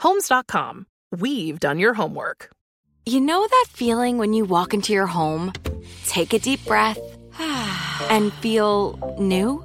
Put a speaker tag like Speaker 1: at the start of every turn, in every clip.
Speaker 1: Homes.com. We've done your homework.
Speaker 2: You know that feeling when you walk into your home, take a deep breath, and feel new?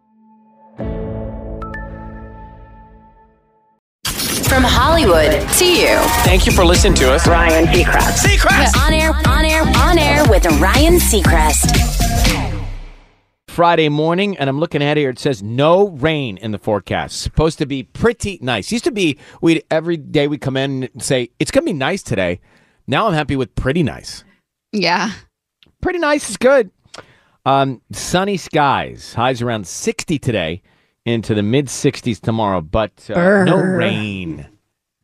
Speaker 3: From Hollywood to you.
Speaker 4: Thank you for listening to us. Ryan Seacrest. Seacrest!
Speaker 3: We're on air, on air, on air with Ryan Seacrest.
Speaker 4: Friday morning, and I'm looking at it here. It says no rain in the forecast. Supposed to be pretty nice. Used to be we'd every day we come in and say it's going to be nice today. Now I'm happy with pretty nice.
Speaker 5: Yeah.
Speaker 4: Pretty nice is good. Um, sunny skies. Highs around 60 today, into the mid 60s tomorrow, but uh, no
Speaker 6: Brr.
Speaker 4: rain.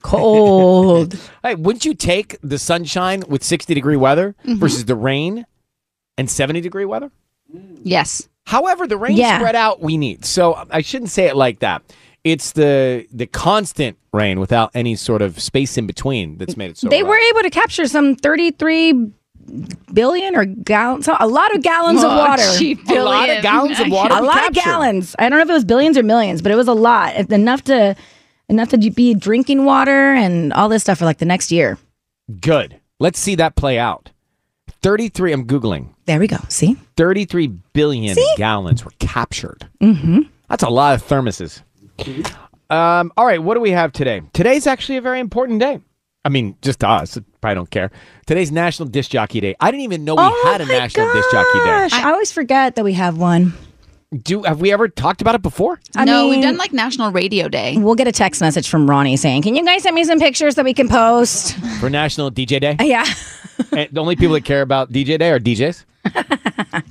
Speaker 6: Cold.
Speaker 4: Hey, wouldn't you take the sunshine with 60 degree weather versus the rain and 70 degree weather?
Speaker 5: Yes.
Speaker 4: However, the rain
Speaker 6: Yeah.
Speaker 4: spread out we need. So I shouldn't say it like that. It's the the constant rain without any sort of space in between that's made it so
Speaker 6: they
Speaker 4: rough.
Speaker 6: were able to capture some 33 billion or gallons, so a lot of gallons of water.
Speaker 4: a lot of gallons of water.
Speaker 6: a
Speaker 4: we
Speaker 6: lot of
Speaker 4: captured.
Speaker 6: gallons. I don't know if it was billions or millions, but it was a lot. It- Enough to enough to be drinking water and all this stuff for like the next year.
Speaker 4: Good. Let's see that play out. 33 I'm googling.
Speaker 6: There we go. See?
Speaker 4: 33 billion gallons were captured.
Speaker 7: Mm-hmm.
Speaker 6: Mhm.
Speaker 4: That's a lot of thermoses. Um, all right, what do we have today? Today's actually a very important day. I mean, just to us. Probably don't care. Today's National Disc Jockey Day. I didn't even know we
Speaker 6: oh
Speaker 4: had a
Speaker 6: my
Speaker 4: National
Speaker 6: gosh.
Speaker 4: Disc Jockey Day.
Speaker 6: I always forget that we have one.
Speaker 4: Do have we ever talked about it before?
Speaker 6: I
Speaker 5: no, we've
Speaker 6: mean-
Speaker 5: done like National Radio Day.
Speaker 6: We'll get a text message from Ronnie saying, "Can you guys send me some pictures that we can post?"
Speaker 4: For National DJ Day?
Speaker 6: yeah.
Speaker 4: and the only people that care about DJ Day are DJs.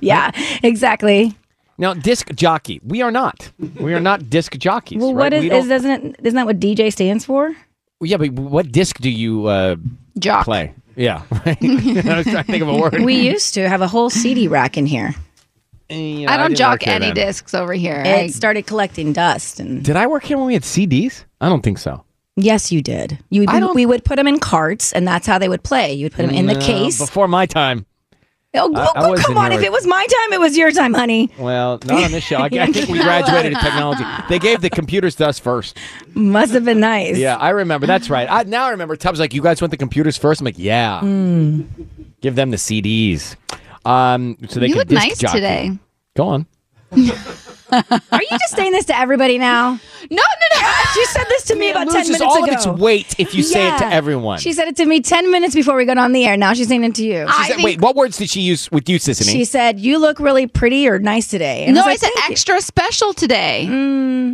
Speaker 6: Yeah. Exactly.
Speaker 4: Now, disc jockey. We are not. We are not disc jockeys.
Speaker 6: Well,
Speaker 4: right?
Speaker 6: what is,
Speaker 4: We don't-
Speaker 6: is doesn't it isn't that what DJ stands for?
Speaker 4: Yeah, but what disc do you uh,
Speaker 5: Jock.
Speaker 4: play? Yeah. right? I was trying to think of a word.
Speaker 6: We used to have a whole CD rack in here.
Speaker 4: You know,
Speaker 5: I
Speaker 4: didn't
Speaker 5: don't
Speaker 4: work
Speaker 5: jock
Speaker 4: here
Speaker 5: any
Speaker 4: then.
Speaker 5: discs over here.
Speaker 6: It started collecting dust, and
Speaker 4: Did I work here when we had CDs? I don't think so.
Speaker 6: yes, you did. You
Speaker 4: I don't-
Speaker 6: we would put them in carts, and that's how they would play. You would put them in the
Speaker 4: No,
Speaker 6: case.
Speaker 4: Before my time.
Speaker 6: oh,
Speaker 4: I- I
Speaker 6: oh,
Speaker 4: was in
Speaker 6: come on!
Speaker 4: here
Speaker 6: If
Speaker 4: with-
Speaker 6: it was my time, it was your time, honey.
Speaker 4: Well, not on this show. I, I think we graduated in technology. They gave the computers to us first.
Speaker 6: Must have been nice.
Speaker 4: Yeah, I remember. That's right. I, now I remember. Tubbs like, you guys want the computers first? I'm like, yeah.
Speaker 6: Hmm.
Speaker 4: Give them the CDs. Um, so they
Speaker 5: you
Speaker 4: can
Speaker 5: look
Speaker 4: disc
Speaker 5: nice
Speaker 4: jockey.
Speaker 5: today.
Speaker 4: Go on.
Speaker 6: Are you just saying this to everybody now?
Speaker 5: No, no, no.
Speaker 6: She said this to me about
Speaker 4: it
Speaker 6: ten
Speaker 4: loses
Speaker 6: minutes
Speaker 4: all
Speaker 6: ago.
Speaker 4: of its weight if you say it to
Speaker 6: Yeah.
Speaker 4: everyone.
Speaker 6: She said it to me ten minutes before we got on the air. Now she's saying it to you.
Speaker 4: She
Speaker 5: I
Speaker 4: said-
Speaker 5: think-
Speaker 4: wait, what words did she use with you, Sissany?
Speaker 6: She said, "You look really pretty or nice today." And
Speaker 5: No,
Speaker 6: was
Speaker 5: I
Speaker 6: like,
Speaker 5: said
Speaker 6: "Thank you." Mm,
Speaker 5: extra special today.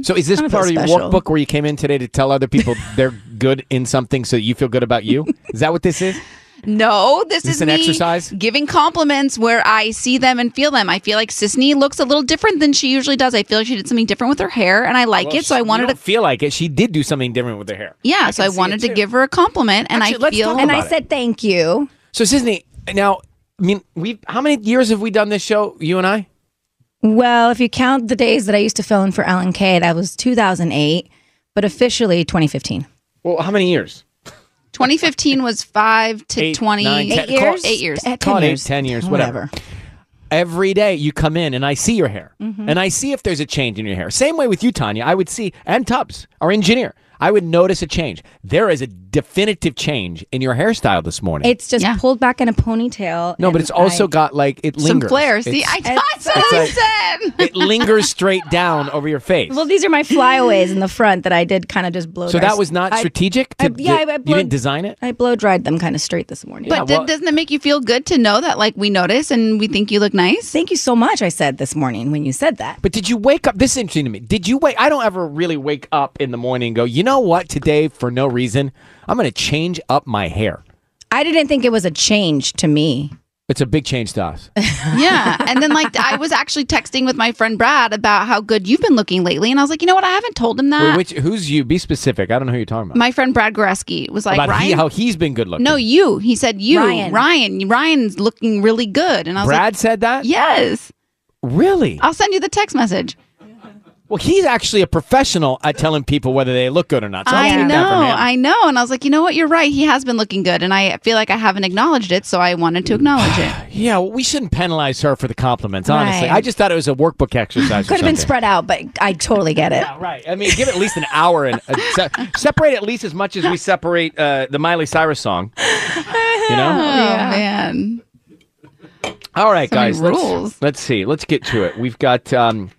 Speaker 4: so is this
Speaker 6: I'm so
Speaker 4: part of your
Speaker 6: special.
Speaker 4: workbook where you came in today to tell other people they're good in something so you feel good about you? Is that what this is?
Speaker 5: No, this
Speaker 4: This
Speaker 5: is
Speaker 4: an
Speaker 5: me
Speaker 4: exercise?
Speaker 5: giving compliments where I see them and feel them. I feel like Sisney looks a little different than she usually does. I feel like she did something different with her hair, and I like
Speaker 4: Well,
Speaker 5: it. So I
Speaker 4: you
Speaker 5: wanted
Speaker 4: don't
Speaker 5: to,
Speaker 4: feel like it. She did do something different with her hair.
Speaker 5: yeah. so I
Speaker 4: can see it
Speaker 5: wanted to
Speaker 4: too.
Speaker 5: give her a compliment, and
Speaker 4: Actually,
Speaker 5: I
Speaker 4: let's
Speaker 5: feel.
Speaker 4: talk
Speaker 6: And I
Speaker 4: about it.
Speaker 6: said thank you.
Speaker 4: So Sisney, now I mean, we how many years have we done this show? You and I.
Speaker 6: Well, if you count the days that I used to fill in for Ellen K, that was 2008, but officially 2015.
Speaker 4: Well, how many years?
Speaker 5: 2015 was five to
Speaker 4: Eight,
Speaker 5: 20.
Speaker 4: nine, ten-
Speaker 5: eight
Speaker 4: call-
Speaker 5: years. Eight years.
Speaker 6: Eh,
Speaker 4: Call it eight,
Speaker 6: years.
Speaker 4: 10 years, whatever. Every day you come in and I see your hair
Speaker 5: Mm-hmm.
Speaker 4: and I see if there's a change in your hair. Same way with you, Tanya. I would see, and Tubbs, our engineer, I would notice a change. There is a definitive change in your hairstyle this morning.
Speaker 6: It's just
Speaker 5: Yeah.
Speaker 6: pulled back in a ponytail.
Speaker 4: no, but
Speaker 6: and
Speaker 4: it's also
Speaker 6: I-
Speaker 4: got like it
Speaker 5: Some
Speaker 4: lingers.
Speaker 5: flares. See,
Speaker 4: It's-
Speaker 5: I got
Speaker 4: it's
Speaker 5: what I
Speaker 4: like-
Speaker 5: said.
Speaker 4: it lingers straight down over your face.
Speaker 6: Well, these are my flyaways in the front that I did kind of just blow.
Speaker 4: so that was not
Speaker 6: I-
Speaker 4: strategic.
Speaker 6: I-
Speaker 4: to-
Speaker 6: yeah, I- I
Speaker 4: you
Speaker 6: blowed-
Speaker 4: didn't design it.
Speaker 6: I blow dried them kind of straight this morning.
Speaker 5: But
Speaker 4: well-
Speaker 5: doesn't it make you feel good to know that, like, we notice and we think you look nice?
Speaker 6: thank you so much. I said this morning when you said that.
Speaker 4: But did you wake up? This is interesting to me. Did you wake? I don't ever really wake up in the morning and go, you know what? Today, for no reason, I'm going to change up my hair.
Speaker 6: I didn't think it was a change to me.
Speaker 4: It's a big change to us.
Speaker 5: Yeah. And then, like, I was actually texting with my friend Brad about how good you've been looking lately. And I was like, you know what? I haven't told him
Speaker 4: Wait,
Speaker 5: that.
Speaker 4: which, who's you? Be specific. I don't know who you're talking about.
Speaker 5: my friend Brad Goreski was like,
Speaker 4: about
Speaker 5: Ryan.
Speaker 4: he, how he's been good looking.
Speaker 5: no, you. He said, you,
Speaker 6: Ryan.
Speaker 5: Ryan. Ryan's looking really good. And I was
Speaker 4: Brad said that.
Speaker 5: like, yes.
Speaker 4: Really?
Speaker 5: I'll send you the text message.
Speaker 4: Well, he's actually a professional at telling people whether they look good or not. So I'll
Speaker 5: I
Speaker 4: take
Speaker 5: know,
Speaker 4: that from him.
Speaker 5: I know. And I was like, you know what? You're right. He has been looking good. And I feel like I haven't acknowledged it. So I wanted to acknowledge it.
Speaker 4: yeah, well, we shouldn't penalize her for the compliments. Honestly,
Speaker 6: Right.
Speaker 4: I just thought it was a workbook exercise. or
Speaker 6: Could have been
Speaker 4: something.
Speaker 6: spread out, but I totally get it.
Speaker 4: Yeah, right. I mean, give it at least an hour and uh, se- separate at least as much as we separate uh, the Miley Cyrus song. You know.
Speaker 5: Oh, man.
Speaker 4: All right,
Speaker 5: So many
Speaker 4: guys. let's-
Speaker 5: rules.
Speaker 4: Let's, see. Let's get to it. We've got um,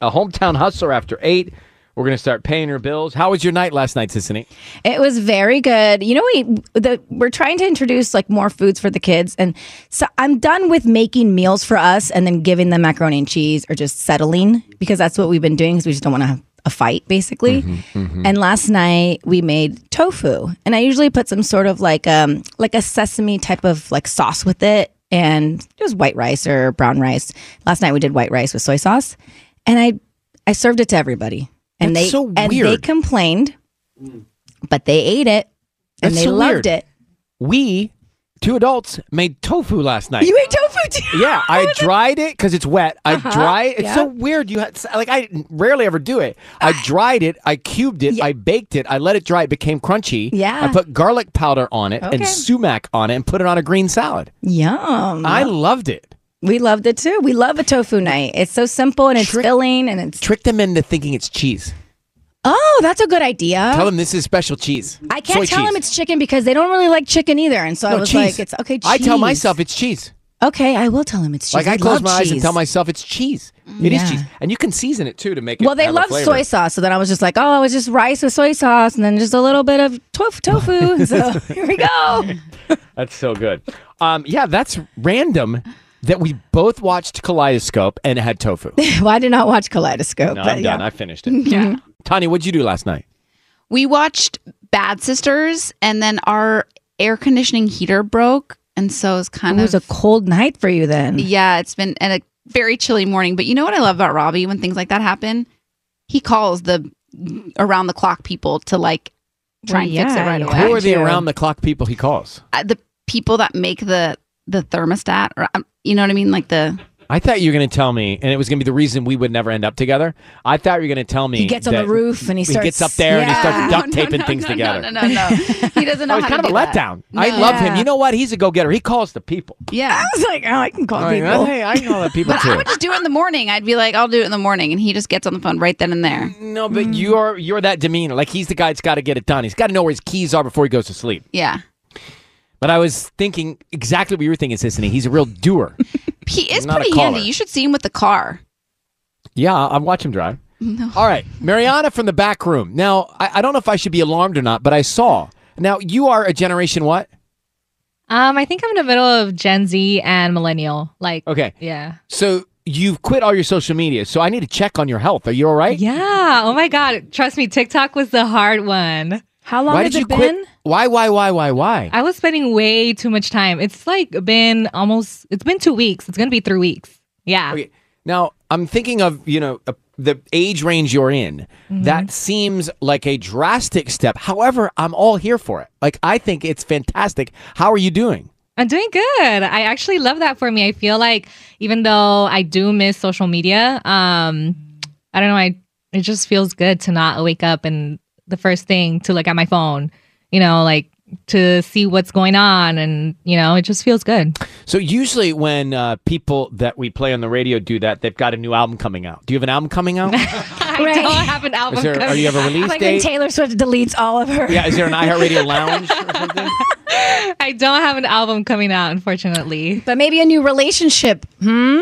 Speaker 4: a hometown hustler after eight. We're gonna start paying her bills. How was your night last night, Sissany?
Speaker 6: It was very good. You know, we the, we're trying to introduce like more foods for the kids, and so I'm done with making meals for us and then giving them macaroni and cheese or just settling because that's what we've been doing because we just don't want to have a fight basically.
Speaker 2: Mm-hmm.
Speaker 4: Mm-hmm.
Speaker 6: And last night we made tofu, and I usually put some sort of like um like a sesame type of like sauce with it, and it was white rice or brown rice. Last night we did white rice with soy sauce, and I I served it to everybody, and
Speaker 4: That's
Speaker 6: they
Speaker 4: so
Speaker 6: and they
Speaker 4: weird. Mm.
Speaker 6: complained but they ate it and
Speaker 4: That's
Speaker 6: they
Speaker 4: so
Speaker 6: loved
Speaker 4: weird.
Speaker 6: it.
Speaker 4: We two adults made tofu last night.
Speaker 6: You ate tofu too.
Speaker 4: yeah, I dried it because it's wet. I
Speaker 6: Uh-huh.
Speaker 4: dried. It's so weird. You had, like I rarely ever do it. I dried it. I cubed it. I baked it. I let it dry. It became crunchy.
Speaker 6: Yeah.
Speaker 4: I put garlic powder on it
Speaker 6: Okay.
Speaker 4: and sumac on it and put it on a green salad.
Speaker 6: Yum.
Speaker 4: I loved it.
Speaker 6: we loved it too. We love a tofu night. It's so simple and it's
Speaker 4: Trick-
Speaker 6: filling and it's
Speaker 4: Trick them into thinking it's cheese.
Speaker 6: oh, that's a good idea.
Speaker 4: Tell them this is special cheese.
Speaker 6: I can't
Speaker 4: Soy
Speaker 6: tell
Speaker 4: cheese.
Speaker 6: them it's chicken because they don't really like chicken either. And so I
Speaker 4: No,
Speaker 6: was like,
Speaker 4: cheese.
Speaker 6: it's okay. Cheese.
Speaker 4: I tell myself it's cheese.
Speaker 6: okay. I will tell them it's cheese.
Speaker 4: Like I close
Speaker 6: love
Speaker 4: my eyes and
Speaker 6: cheese.
Speaker 4: tell myself it's cheese. It is
Speaker 6: Yeah.
Speaker 4: cheese, and you can season it too to make it.
Speaker 6: Well, they
Speaker 4: have a
Speaker 6: love
Speaker 4: flavor.
Speaker 6: soy sauce, so then I was just like, oh, it's just rice with soy sauce, and then just a little bit of tof- tofu. so here we go.
Speaker 4: That's so good. Um, yeah, that's random that we both watched Kaleidoscope and had tofu. No,
Speaker 6: well, I did not watch Kaleidoscope. but
Speaker 4: I'm done. I finished it. Yeah. Tanya, what'd you do last night?
Speaker 5: We watched Bad Sisters, and then our air conditioning heater broke, and so it was
Speaker 6: It
Speaker 5: kind
Speaker 6: was a
Speaker 5: of
Speaker 6: cold night for you then.
Speaker 5: yeah. It's been and a very chilly morning, but you know what I love about Robbie when things like that happen, he calls the around the clock people to like try
Speaker 6: Well,
Speaker 5: and fix it
Speaker 6: yeah,
Speaker 5: right
Speaker 6: yeah.
Speaker 5: away.
Speaker 4: Who are the
Speaker 6: you.
Speaker 4: around the clock people he calls?
Speaker 5: Uh, the people that make the the thermostat, or um, you know what I mean, like the
Speaker 4: I thought you were going to tell me, and it was going to be the reason we would never end up together. I thought you were going to tell me
Speaker 6: He gets on the
Speaker 4: that
Speaker 6: roof and he
Speaker 4: he
Speaker 6: starts-
Speaker 4: gets up there and he
Speaker 6: Yeah.
Speaker 4: starts duct
Speaker 5: No, no,
Speaker 4: taping
Speaker 5: no,
Speaker 4: things
Speaker 5: no,
Speaker 4: together.
Speaker 5: No, no, no, no. he doesn't know.
Speaker 4: Oh, it's
Speaker 5: how
Speaker 4: kind
Speaker 5: to
Speaker 4: of a
Speaker 5: do that.
Speaker 4: letdown. I love him.
Speaker 6: Yeah.
Speaker 4: You know what? He's a go-getter. He calls the people.
Speaker 5: Yeah.
Speaker 6: I was like, oh, I can call
Speaker 4: All right,
Speaker 6: people.
Speaker 4: Hey, I call the people
Speaker 5: But I
Speaker 4: too.
Speaker 5: would just do it in the morning. I'd be like, I'll do it in the morning, and he just gets on the phone right then and there.
Speaker 4: No, but you're you're that demeanor. Like he's the guy that's got to get it done. He's got to know where his keys are before he goes to sleep.
Speaker 5: Yeah,
Speaker 4: But I was thinking exactly what you were thinking, Sissany. He's a real doer.
Speaker 5: he is
Speaker 4: Not a
Speaker 5: pretty
Speaker 4: caller.
Speaker 5: handy. You should see him with the car.
Speaker 4: yeah, I'm watching him drive. All right, Mariana from the back room. Now, I, I don't know if I should be alarmed or not, but I saw. Now, you are a generation what?
Speaker 7: Um, I think I'm in the middle of Gen Z and millennial. Like,
Speaker 4: Okay.
Speaker 7: yeah,
Speaker 4: So you've quit all your social media. So I need to check on your health. Are you all right?
Speaker 7: yeah. Oh my God, trust me, TikTok was the hard one.
Speaker 6: How long
Speaker 4: why
Speaker 6: has
Speaker 4: did you
Speaker 6: it been?
Speaker 4: quit? Why, why, why, why, why?
Speaker 7: I was spending way too much time. It's like been almost. It's been two weeks. It's gonna be three weeks. Yeah.
Speaker 4: Okay. Now, I'm thinking of, you know, uh, the age range you're in.
Speaker 6: Mm-hmm.
Speaker 4: That seems like a drastic step. However, I'm all here for it. Like, I think it's fantastic. How are you doing?
Speaker 7: I'm doing good. I actually love that for me. I feel like even though I do miss social media, um, I don't know. I it just feels good to not wake up and the first thing to look at my phone. You know, like to see what's going on, and you know, it just feels good.
Speaker 4: So, usually when uh, people that we play on the radio do that, they've got a new album coming out. Do you have an album coming out?
Speaker 7: I don't have an album.
Speaker 4: Is there, are
Speaker 7: coming.
Speaker 4: you have a release
Speaker 6: Like when
Speaker 4: date?
Speaker 6: Taylor Swift deletes all of her.
Speaker 4: yeah, is there an iHeartRadio lounge or something?
Speaker 7: I don't have an album coming out, unfortunately.
Speaker 6: But maybe a new relationship. Hmm.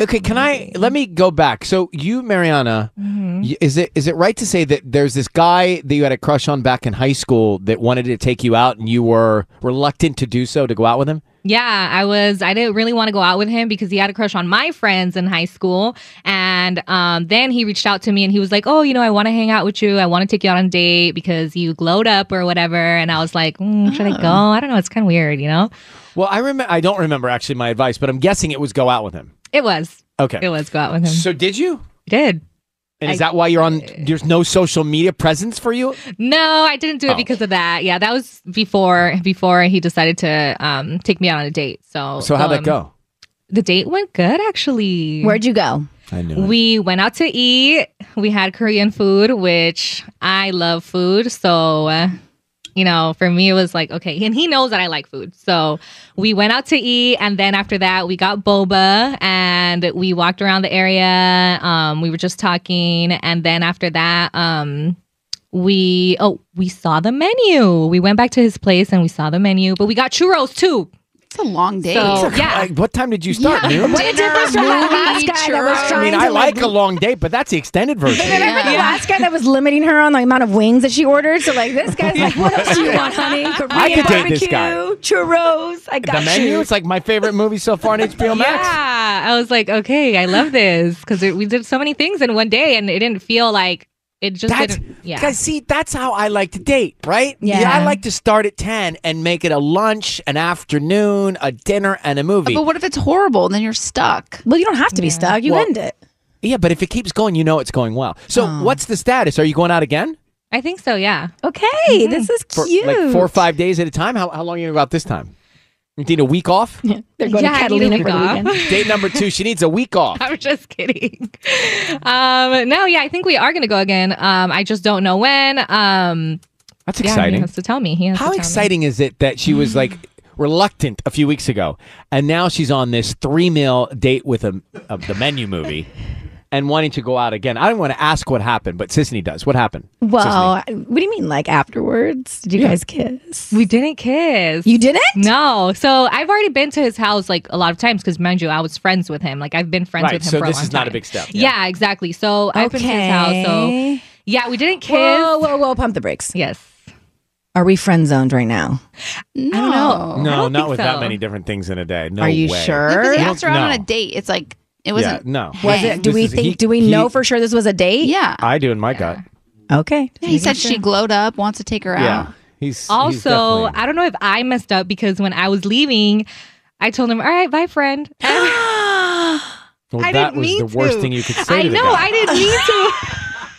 Speaker 4: Okay, can I let me go back? So you, Mariana,
Speaker 7: Mm-hmm.
Speaker 4: y- is it is it right to say that there's this guy that you had a crush on back in high school that wanted to take you out, and you were reluctant to do so to go out with him?
Speaker 7: Yeah, I was. I didn't really want to go out with him because he had a crush on my friends in high school. And um, then he reached out to me and he was like, "Oh, you know, I want to hang out with you. I want to take you out on a date because you glowed up or whatever." And I was like, mm, "Should I go?
Speaker 4: Ah.
Speaker 7: I don't know. It's kind of weird, you know."
Speaker 4: Well, I remember. I don't remember actually my advice, but I'm guessing it was go out with him.
Speaker 7: It was. It
Speaker 4: Okay.
Speaker 7: was go out with him.
Speaker 4: So did you?
Speaker 7: I did.
Speaker 4: And is that why you're on? There's no social media presence for you.
Speaker 7: No, I didn't
Speaker 4: Oh.
Speaker 7: do it because of that. Yeah, that was before before he decided to um, take me out on a date. So
Speaker 4: So how'd that
Speaker 7: um,
Speaker 4: go?
Speaker 7: The date went good actually.
Speaker 6: Where'd you go?
Speaker 4: I know.
Speaker 7: We went out to eat. We had Korean food, which I love food. So, uh, you know, for me, it was like, okay. And he knows that I like food. So we went out to eat. And then after that, we got boba and we walked around the area. Um, we were just talking. And then after that, um, we, oh, we saw the menu. We went back to his place and we saw the menu, but we got churros too.
Speaker 5: It's a long day.
Speaker 7: So, yeah.
Speaker 4: Like, what time did you start?
Speaker 5: Yeah.
Speaker 4: noon?
Speaker 6: What a difference from that last guy that was
Speaker 4: I
Speaker 6: trying
Speaker 4: mean,
Speaker 6: to
Speaker 4: I
Speaker 6: like
Speaker 4: like a long date, but that's the extended version.
Speaker 6: Remember the last guy that was limiting her on the amount of wings that she ordered? So like this guy's like, what else do you want, honey? Korean
Speaker 4: could date
Speaker 6: barbecue,
Speaker 4: this guy.
Speaker 6: churros. I got
Speaker 4: The menu.
Speaker 6: you.
Speaker 4: It's like my favorite movie so far on HBO Max.
Speaker 7: Yeah, I was like, okay, I love this because we did so many things in one day, and it didn't feel like it just
Speaker 4: That's
Speaker 7: didn't. Yeah,
Speaker 4: guys. See, that's how I like to date, right?
Speaker 6: Yeah.
Speaker 4: I like to start at ten and make it a lunch, an afternoon, a dinner, and a movie.
Speaker 5: but what if it's horrible? Then you're stuck.
Speaker 6: Well, you don't have to be stuck. You
Speaker 4: Well-
Speaker 6: end it.
Speaker 4: yeah, but if it keeps going, you know it's going well. So,
Speaker 5: Oh.
Speaker 4: what's the status? Are you going out again
Speaker 7: I think so. Yeah, Mm-hmm.
Speaker 6: Okay, this is
Speaker 4: for
Speaker 6: cute.
Speaker 4: like four or five days at a time? How how long are you about this time? You need a week off.
Speaker 6: They're going
Speaker 7: Yeah,
Speaker 6: to
Speaker 7: I need a
Speaker 6: Catalina
Speaker 7: week
Speaker 6: for the
Speaker 7: off.
Speaker 6: weekend.
Speaker 4: Date number two. She needs a week off.
Speaker 7: I'm just kidding. Um, no, yeah, I think we are gonna go again. Um, I just don't know when. Um,
Speaker 4: That's
Speaker 7: yeah,
Speaker 4: exciting.
Speaker 7: he has to tell me. He has to
Speaker 4: How
Speaker 7: tell me.
Speaker 4: exciting is it that she was like reluctant a few weeks ago, and now she's on this three meal date with a, a the menu movie, and wanting to go out again? I don't want to ask what happened, but Sisney does. What happened?
Speaker 6: Well, what do you mean, like afterwards? Did you guys kiss?
Speaker 7: We didn't kiss.
Speaker 6: You didn't?
Speaker 7: No, so I've already been to his house like a lot of times because, mind you, I was friends with him. Like I've been friends
Speaker 4: Right,
Speaker 7: with him.
Speaker 4: so
Speaker 7: for
Speaker 4: this
Speaker 7: a long
Speaker 4: is not a
Speaker 7: time.
Speaker 4: big step, yeah.
Speaker 7: Yeah, exactly. So I've been to his house. So
Speaker 6: Okay.
Speaker 7: yeah, we didn't kiss.
Speaker 6: Whoa, whoa, whoa! Pump the brakes.
Speaker 7: Yes.
Speaker 6: Are we friend zoned right now?
Speaker 5: No.
Speaker 7: know. I
Speaker 4: No,
Speaker 7: don't
Speaker 4: not
Speaker 7: think
Speaker 4: with that
Speaker 7: so.
Speaker 4: many different things in a day. No
Speaker 6: Are you
Speaker 4: way.
Speaker 6: sure?
Speaker 5: Because
Speaker 4: don't
Speaker 5: after I'm on a
Speaker 4: know.
Speaker 5: date, it's like it
Speaker 4: Yeah,
Speaker 5: wasn't.
Speaker 4: no.
Speaker 6: Was it? Do
Speaker 4: This
Speaker 6: we
Speaker 4: is-
Speaker 6: think?
Speaker 4: he-
Speaker 6: do we
Speaker 4: he-
Speaker 6: know for sure this was a date?
Speaker 5: Yeah.
Speaker 4: I do in my gut.
Speaker 6: Okay.
Speaker 5: Yeah, he said she glowed up, wants to take her
Speaker 4: Yeah.
Speaker 5: out.
Speaker 4: He's he's
Speaker 7: Also,
Speaker 4: definitely-
Speaker 7: I don't know if I messed up because when I was leaving, I told him, "All right, bye, friend." And
Speaker 4: well, that
Speaker 7: I didn't
Speaker 4: was
Speaker 7: mean
Speaker 4: the worst
Speaker 7: to.
Speaker 4: thing you could say.
Speaker 7: I
Speaker 4: to the
Speaker 7: know
Speaker 4: guy.
Speaker 7: I didn't mean to.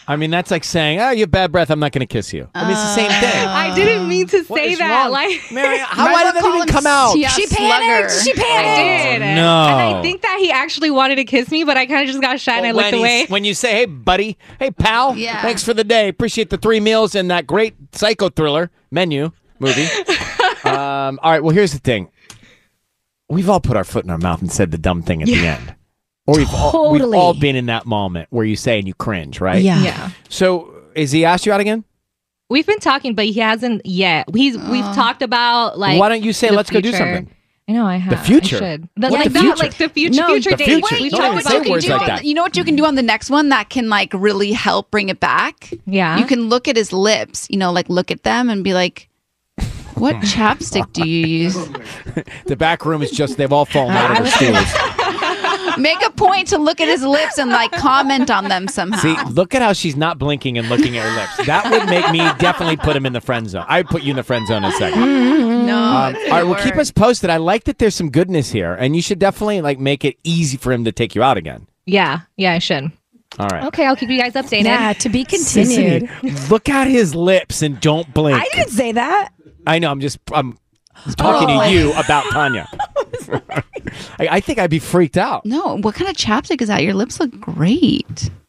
Speaker 4: I mean, that's like saying, "Oh, you have bad breath. I'm not going to kiss
Speaker 7: Uh,
Speaker 4: you." I mean, it's the same thing.
Speaker 7: I didn't mean to
Speaker 4: What
Speaker 7: say
Speaker 4: is
Speaker 7: that.
Speaker 4: wrong?
Speaker 7: Like
Speaker 4: Mary, how why
Speaker 5: Might
Speaker 4: did
Speaker 5: as well
Speaker 4: that
Speaker 5: call
Speaker 4: even
Speaker 5: him
Speaker 4: come out?
Speaker 5: Sia
Speaker 6: She
Speaker 5: Slugger.
Speaker 6: panicked. She
Speaker 7: I
Speaker 6: panicked.
Speaker 7: did.
Speaker 4: Oh, no.
Speaker 7: And I think that he actually wanted to kiss me, but I kind of just got shy and I
Speaker 4: Well, when
Speaker 7: looked
Speaker 4: he's-
Speaker 7: away.
Speaker 4: When you say, "Hey, buddy," "Hey, pal,"
Speaker 5: Yeah.
Speaker 4: thanks for the day. Appreciate the three meals and that great psycho thriller menu movie. um, all right. Well, here's the thing. We've all put our foot in our mouth and said the dumb thing at the end, or we've all, we've
Speaker 6: Totally.
Speaker 4: all been in that moment where you say and you cringe, right?
Speaker 6: Yeah.
Speaker 7: yeah.
Speaker 4: So, is he asked you out again?
Speaker 7: We've been talking, but he hasn't yet. He's we've talked about like
Speaker 4: Why don't you say,
Speaker 7: the
Speaker 4: "Let's go do
Speaker 7: future."
Speaker 4: something"?
Speaker 7: I know I have I
Speaker 4: future?
Speaker 7: should. The,
Speaker 4: What
Speaker 7: like
Speaker 4: the
Speaker 7: that,
Speaker 4: future?
Speaker 7: like the future,
Speaker 6: No,
Speaker 7: future
Speaker 6: the
Speaker 7: date.
Speaker 4: future.
Speaker 7: We
Speaker 4: Don't
Speaker 7: talked
Speaker 4: even
Speaker 7: about
Speaker 4: say
Speaker 7: the
Speaker 4: words
Speaker 7: future.
Speaker 4: like
Speaker 5: on
Speaker 4: that.
Speaker 5: the- you know what you can do on the next one that can like really help bring it back?
Speaker 7: Yeah.
Speaker 5: You can look at his lips, you know, like look at them and be like, what chapstick do you use?
Speaker 4: The back room is just—they've all fallen out of their stools.
Speaker 5: Make a point to look at his lips and like comment on them somehow.
Speaker 4: See, look at how she's not blinking and looking at her lips. That would make me definitely put him in the friend zone. I put you in the friend zone in a second.
Speaker 5: no.
Speaker 4: Um, all right, well, keep us posted. I like that there's some goodness here, and you should definitely like make it easy for him to take you out again.
Speaker 7: Yeah, yeah, I should.
Speaker 4: All right.
Speaker 7: Okay, I'll keep you guys updated.
Speaker 8: Yeah, to be continued.
Speaker 4: Sissy, look at his lips and don't blink.
Speaker 8: I didn't say that.
Speaker 4: I know. I'm just I'm talking
Speaker 5: Oh.
Speaker 4: to you about Tanya. I, I think I'd be freaked out.
Speaker 5: No, what kind of chapstick is that? Your lips look great.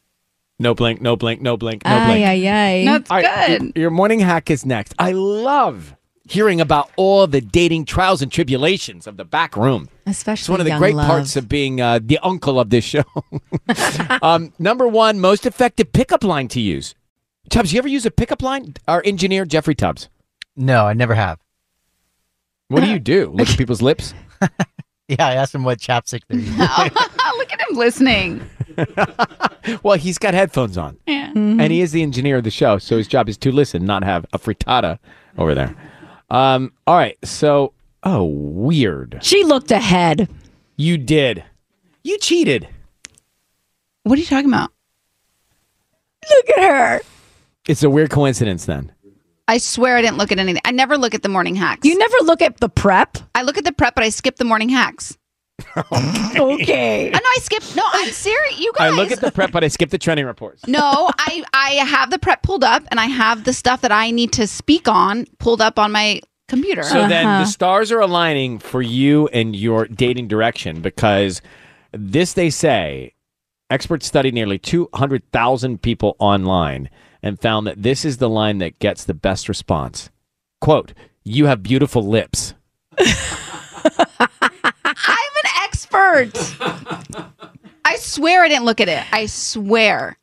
Speaker 4: No blink. No blink. No blink. No blink.
Speaker 8: aye.
Speaker 5: That's
Speaker 4: All right,
Speaker 5: good.
Speaker 4: y- Your morning hack is next. I love hearing about all the dating trials and tribulations of the back room.
Speaker 8: Especially
Speaker 4: It's one of the
Speaker 8: young
Speaker 4: great
Speaker 8: love.
Speaker 4: parts of being uh, the uncle of this show. um, number one, most effective pickup line to use. Tubbs, you ever use a pickup line? Our engineer, Jeffrey Tubbs.
Speaker 9: No, I never have.
Speaker 4: What do you do? Look at people's lips?
Speaker 9: Yeah, I asked him what chapstick they use.
Speaker 5: look at him listening.
Speaker 4: Well, he's got headphones on,
Speaker 5: Yeah.
Speaker 8: Mm-hmm.
Speaker 4: and he is the engineer of the show, so his job is to listen, not have a frittata over there. Um, all right, so, oh, weird.
Speaker 8: She looked ahead.
Speaker 4: You did. You cheated.
Speaker 5: What are you talking about?
Speaker 8: Look at her.
Speaker 4: It's a weird coincidence then.
Speaker 5: I swear I didn't look at anything. I never look at the morning hacks.
Speaker 8: You never look at the prep.
Speaker 5: I look at the prep, but I skip the morning hacks.
Speaker 8: Okay.
Speaker 5: Oh, no, I skip. No, I'm serious. You guys.
Speaker 4: I look at the prep, but I skip the trending reports.
Speaker 5: no, I I have the prep pulled up, and I have the stuff that I need to speak on pulled up on my computer.
Speaker 4: So then the
Speaker 8: Uh-huh.
Speaker 4: stars are aligning for you and your dating direction because this, they say, experts studied nearly 200,000 people online and found that this is the line that gets the best response. Quote, you have beautiful lips.
Speaker 5: I'm an expert. I swear I didn't look at it. I swear.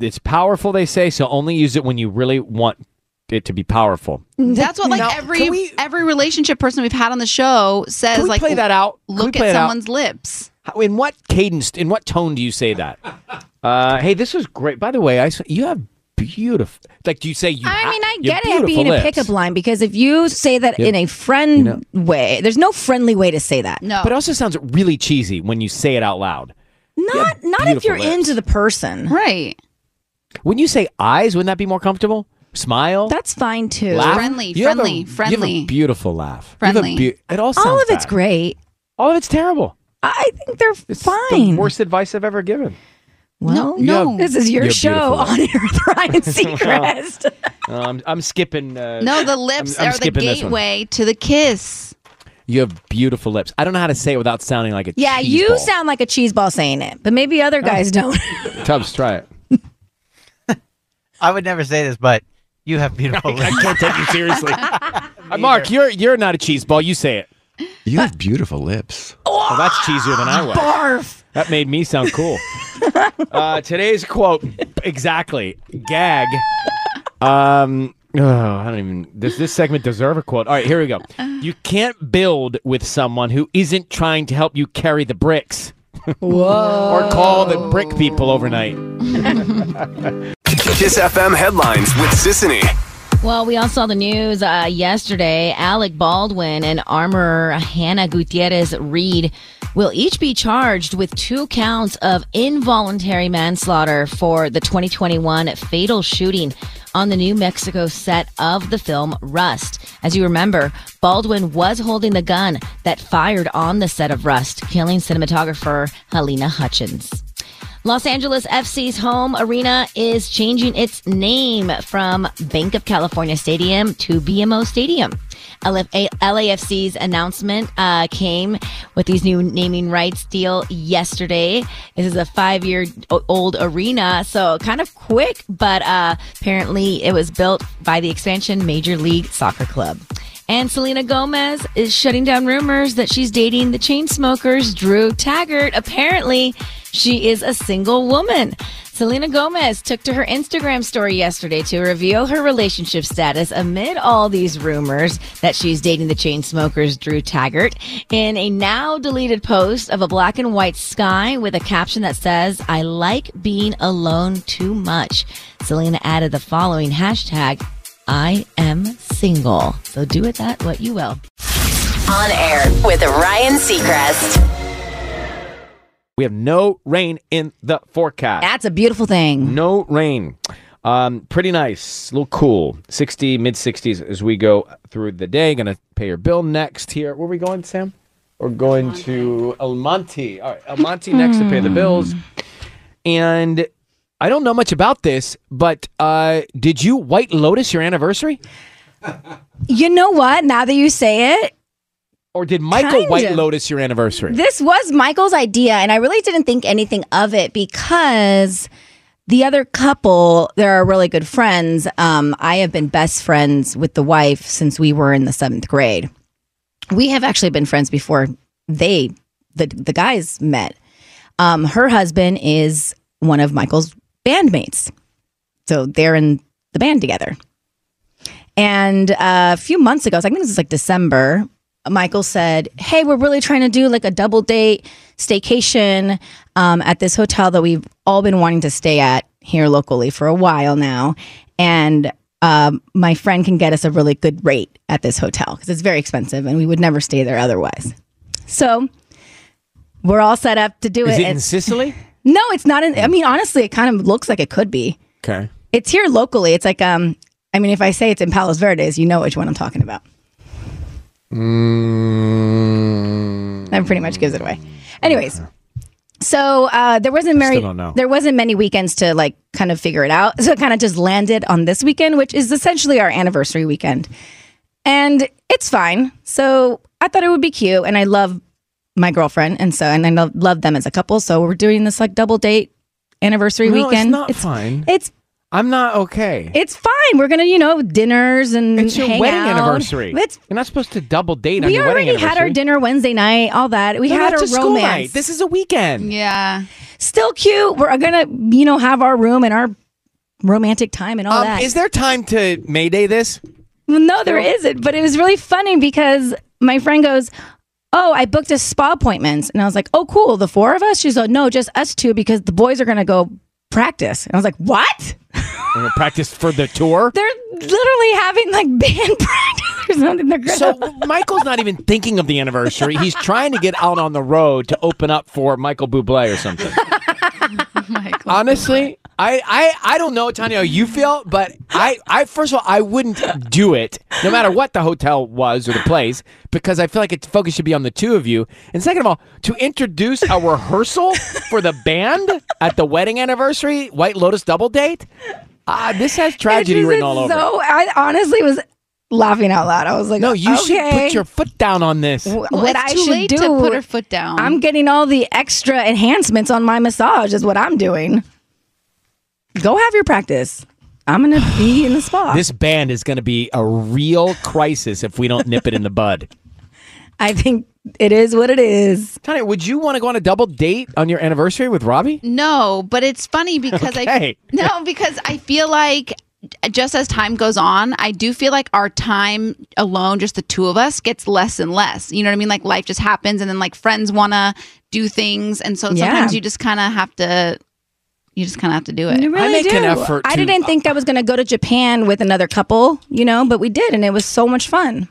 Speaker 4: It's powerful, they say, so only use it when you really want it to be powerful.
Speaker 5: That's what like every
Speaker 4: can we-
Speaker 5: every relationship person we've had on the show says.
Speaker 4: Can we
Speaker 5: like
Speaker 4: play that out? Can we
Speaker 5: Look
Speaker 4: play
Speaker 5: at
Speaker 4: it out?
Speaker 5: someone's lips.
Speaker 4: How- In what cadence, in what tone do you say that? Uh, hey, this was great. By the way, I s- you have beautiful. Like, do you say you?
Speaker 8: I
Speaker 4: ha-
Speaker 8: mean, I
Speaker 4: you have
Speaker 8: get it being a
Speaker 4: beautiful lips.
Speaker 8: pickup line because if you say that
Speaker 4: Yeah.
Speaker 8: in a friend way, there's no friendly way to say that.
Speaker 6: Oh.
Speaker 5: No.
Speaker 4: but uh, it also sounds really cheesy when you say it out loud.
Speaker 8: Not not if
Speaker 4: beautiful
Speaker 8: you're
Speaker 4: lips.
Speaker 8: into the person.
Speaker 5: right.
Speaker 4: Wouldn't you say eyes? Wouldn't that be more comfortable? Smile,
Speaker 8: That's fine too.
Speaker 4: laugh,
Speaker 5: Friendly,
Speaker 4: You have a-
Speaker 5: friendly,
Speaker 4: you have a
Speaker 5: friendly.
Speaker 4: beautiful laugh. You have a
Speaker 5: Friendly.
Speaker 4: beau- it all sounds.
Speaker 8: All of it's
Speaker 4: bad.
Speaker 8: great.
Speaker 4: All of it's terrible.
Speaker 8: I think they're
Speaker 4: It's
Speaker 8: fine.
Speaker 4: The worst advice I've ever given.
Speaker 8: Well,
Speaker 4: You have-
Speaker 8: this is your
Speaker 4: you have
Speaker 8: show on
Speaker 4: beautiful
Speaker 8: Earth, Ryan Seacrest.
Speaker 4: Uh, I'm, I'm skipping. Uh,
Speaker 5: No, the lips
Speaker 4: I'm
Speaker 5: are the
Speaker 4: skipping this one.
Speaker 5: gateway to the kiss.
Speaker 4: You have beautiful lips. I don't know how to say it without sounding like a.
Speaker 8: yeah,
Speaker 4: cheese
Speaker 8: you
Speaker 4: ball. Oh.
Speaker 8: sound like a cheese ball saying it, but maybe other guys don't.
Speaker 4: Tubbs, try it.
Speaker 9: I would never say this, but you have beautiful lips.
Speaker 4: can't take you seriously. Uh, Mark, you're you're not a cheese ball. You say it.
Speaker 10: You have beautiful lips.
Speaker 4: Well, that's cheesier than I was.
Speaker 8: Barf.
Speaker 4: That made me sound cool. uh, today's quote exactly gag. Um, oh, I don't even. Does this segment deserve a quote? All right, here we go. You can't build with someone who isn't trying to help you carry the bricks. Whoa. or call the brick people overnight.
Speaker 11: Kiss FM headlines with Sissany.
Speaker 6: Well, we all saw the news uh, yesterday. Alec Baldwin and armorer Hannah Gutierrez Reed will each be charged with two counts of involuntary manslaughter for the 2021 fatal shooting on the New Mexico set of the film Rust. As you remember, Baldwin was holding the gun that fired on the set of Rust, killing cinematographer Helena Hutchins. Los Angeles FC's home arena is changing its name from Bank of California Stadium to BMO Stadium. LFA, LAFC's announcement uh, came with these new naming rights deal yesterday. This is a five year old arena, so kind of quick, but uh, apparently it was built by the expansion Major League Soccer Club. And Selena Gomez is shutting down rumors that she's dating the Chainsmokers, Drew Taggart. Apparently, she is a single woman. Selena Gomez took to her Instagram story yesterday to reveal her relationship status amid all these rumors that she's dating the Chainsmokers, Drew Taggart. In a now deleted post of a black and white sky with a caption that says, I like being alone too much, Selena added the following hashtag, I am single. So do with that what you will.
Speaker 12: On air with Ryan Seacrest.
Speaker 4: We have no rain in the forecast.
Speaker 6: That's a beautiful thing.
Speaker 4: No rain. Um, pretty nice, a little cool. 60, mid 60s as we go through the day. Gonna pay your bill next here. Where are we going, Sam? We're going to El Monte. All right, El Monte next to pay the bills. And I don't know much about this, but uh, did you White Lotus your anniversary?
Speaker 6: You know what? Now that you say it,
Speaker 4: Or did Michael
Speaker 6: Kind
Speaker 4: White
Speaker 6: of.
Speaker 4: Lotus your anniversary?
Speaker 6: This was Michael's idea, and I really didn't think anything of it because the other couple, they are really good friends. Um, I have been best friends with the wife since we were in the seventh grade. We have actually been friends before they, the, the guys, met. Um, her husband is one of Michael's bandmates. So they're in the band together. And uh, a few months ago, so I think this was like December, Michael said, Hey, we're really trying to do like a double date staycation um, at this hotel that we've all been wanting to stay at here locally for a while now. And um, my friend can get us a really good rate at this hotel because it's very expensive and we would never stay there otherwise. So we're all set up to do
Speaker 4: Is
Speaker 6: it.
Speaker 4: it in
Speaker 6: It's-
Speaker 4: Sicily?
Speaker 6: No, it's not. In, I mean, honestly, it kind of looks like it could be.
Speaker 4: Okay.
Speaker 6: It's here locally. It's like, um, I mean, if I say it's in Palos Verdes, you know which one I'm talking about.
Speaker 4: Mm.
Speaker 6: That pretty much gives it away. Anyways, so uh, there wasn't very,
Speaker 4: don't know.
Speaker 6: there wasn't many weekends to like kind of figure it out. So it kind of just landed on this weekend, which is essentially our anniversary weekend, and it's fine. So I thought it would be cute, and I love my girlfriend, and so and I love, love them as a couple. So we're doing this like double date anniversary
Speaker 4: No,
Speaker 6: weekend.
Speaker 4: It's not fine.
Speaker 6: It's
Speaker 4: I'm not okay.
Speaker 6: it's fine. We're gonna, you know, dinners and
Speaker 4: It's your
Speaker 6: hang
Speaker 4: wedding
Speaker 6: out.
Speaker 4: anniversary.
Speaker 6: It's
Speaker 4: You're not supposed to double date on
Speaker 6: we
Speaker 4: your wedding
Speaker 6: already had
Speaker 4: anniversary.
Speaker 6: our dinner Wednesday night, all that. We
Speaker 4: No,
Speaker 6: had
Speaker 4: that's
Speaker 6: our
Speaker 4: a school
Speaker 6: romance.
Speaker 4: night. This is a weekend.
Speaker 5: Yeah.
Speaker 6: Still cute. We're gonna, you know, have our room and our romantic time and all
Speaker 4: Um,
Speaker 6: that.
Speaker 4: is there time to Mayday this?
Speaker 6: Well, no, there isn't. But it was really funny because my friend goes, "Oh, I booked a spa appointment," and I was like, "Oh, cool, the four of us." She's like, "No, just us two because the boys are gonna go practice." And I was like, "What?"
Speaker 4: We're gonna practice for the tour.
Speaker 6: They're literally having like band practice or something. They're gonna
Speaker 4: So Michael's not even thinking of the anniversary. He's trying to get out on the road to open up for Michael Bublé or something. Honestly, I, I, I don't know, Tanya, how you feel, but I, I first of all, I wouldn't do it, no matter what the hotel was or the place, because I feel like its focus should be on the two of you. And second of all, to introduce a rehearsal for the band at the wedding anniversary, White Lotus double date, uh, this has tragedy
Speaker 6: This
Speaker 4: written
Speaker 6: is
Speaker 4: all over. it.
Speaker 6: So I honestly was laughing out loud. I was like,
Speaker 4: no, you should
Speaker 6: okay.
Speaker 4: put your foot down on this.
Speaker 6: Wh-
Speaker 5: Well,
Speaker 6: what
Speaker 5: it's
Speaker 6: I
Speaker 5: too
Speaker 6: should
Speaker 5: late
Speaker 6: do.
Speaker 5: to put her foot down.
Speaker 6: I'm getting all the extra enhancements on my massage. Is what I'm doing. Go have your practice. I'm gonna be in the spa.
Speaker 4: This band is going to be a real crisis if we don't nip it in the bud.
Speaker 6: I think it is what it is.
Speaker 4: Tanya, would you want to go on a double date on your anniversary with Robbie?
Speaker 5: No, but it's funny because
Speaker 4: Okay.
Speaker 5: I no because I feel like just as time goes on, I do feel like our time alone, just the two of us, gets less and less. You know what I mean? Like life just happens, and then like friends wanna do things, and so
Speaker 6: Yeah.
Speaker 5: sometimes you just kind of have to, you just kind of have to do it.
Speaker 6: You really
Speaker 4: make
Speaker 6: do.
Speaker 4: an effort
Speaker 6: I
Speaker 4: to- uh,
Speaker 6: didn't think I was gonna go to Japan with another couple, you know, but we did, and it was so much fun.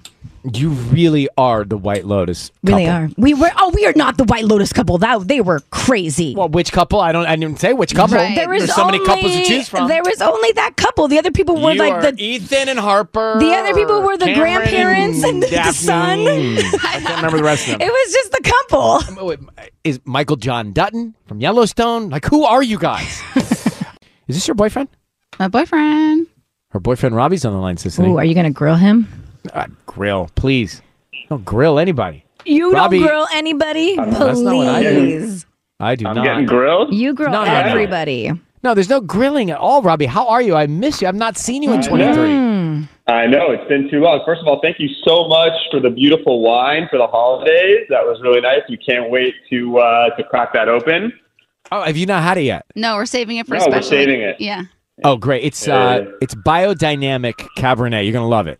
Speaker 4: You really are the White Lotus.
Speaker 6: We Really
Speaker 4: couple.
Speaker 6: are. We were. Oh, we are not the White Lotus couple. That they were crazy.
Speaker 4: Well, which couple? I don't. I didn't say which couple.
Speaker 5: Right. There
Speaker 6: was
Speaker 4: There's so many couples to
Speaker 6: only-
Speaker 4: choose from.
Speaker 6: There was only that couple. The other people were
Speaker 4: You
Speaker 6: like
Speaker 4: are
Speaker 6: the
Speaker 4: Ethan and Harper.
Speaker 6: The other people were the
Speaker 4: Cameron
Speaker 6: grandparents and the
Speaker 4: Daphne.
Speaker 6: son.
Speaker 4: I can't remember the rest of
Speaker 6: It
Speaker 4: them.
Speaker 6: was just the couple.
Speaker 4: Oh, wait, Is Michael John Dutton from Yellowstone? Like, who are you guys? Is this your boyfriend?
Speaker 5: My boyfriend.
Speaker 4: Her boyfriend Robbie's on the line, Sicily.
Speaker 6: are you gonna grill him?
Speaker 4: Uh, grill, please. Don't grill anybody.
Speaker 6: You
Speaker 4: Robbie-
Speaker 6: don't grill anybody,
Speaker 4: That's not what I do.
Speaker 6: please.
Speaker 4: I do not.
Speaker 13: grilled.
Speaker 6: You grill
Speaker 4: No, no, no.
Speaker 6: everybody.
Speaker 4: No, there's no grilling at all, Robbie. How are you? I miss you. I've not seen you in 23.
Speaker 13: I know it's been too long. First of all, thank you so much for the beautiful wine for the holidays. That was really nice. You can't wait to uh, to crack that open.
Speaker 4: Oh, have you not had it yet?
Speaker 5: No, we're saving it for a
Speaker 13: No, we're
Speaker 5: special.
Speaker 13: saving it.
Speaker 5: Yeah.
Speaker 4: Oh, great. It's uh,
Speaker 13: Yeah.
Speaker 4: it's biodynamic Cabernet. You're gonna love it.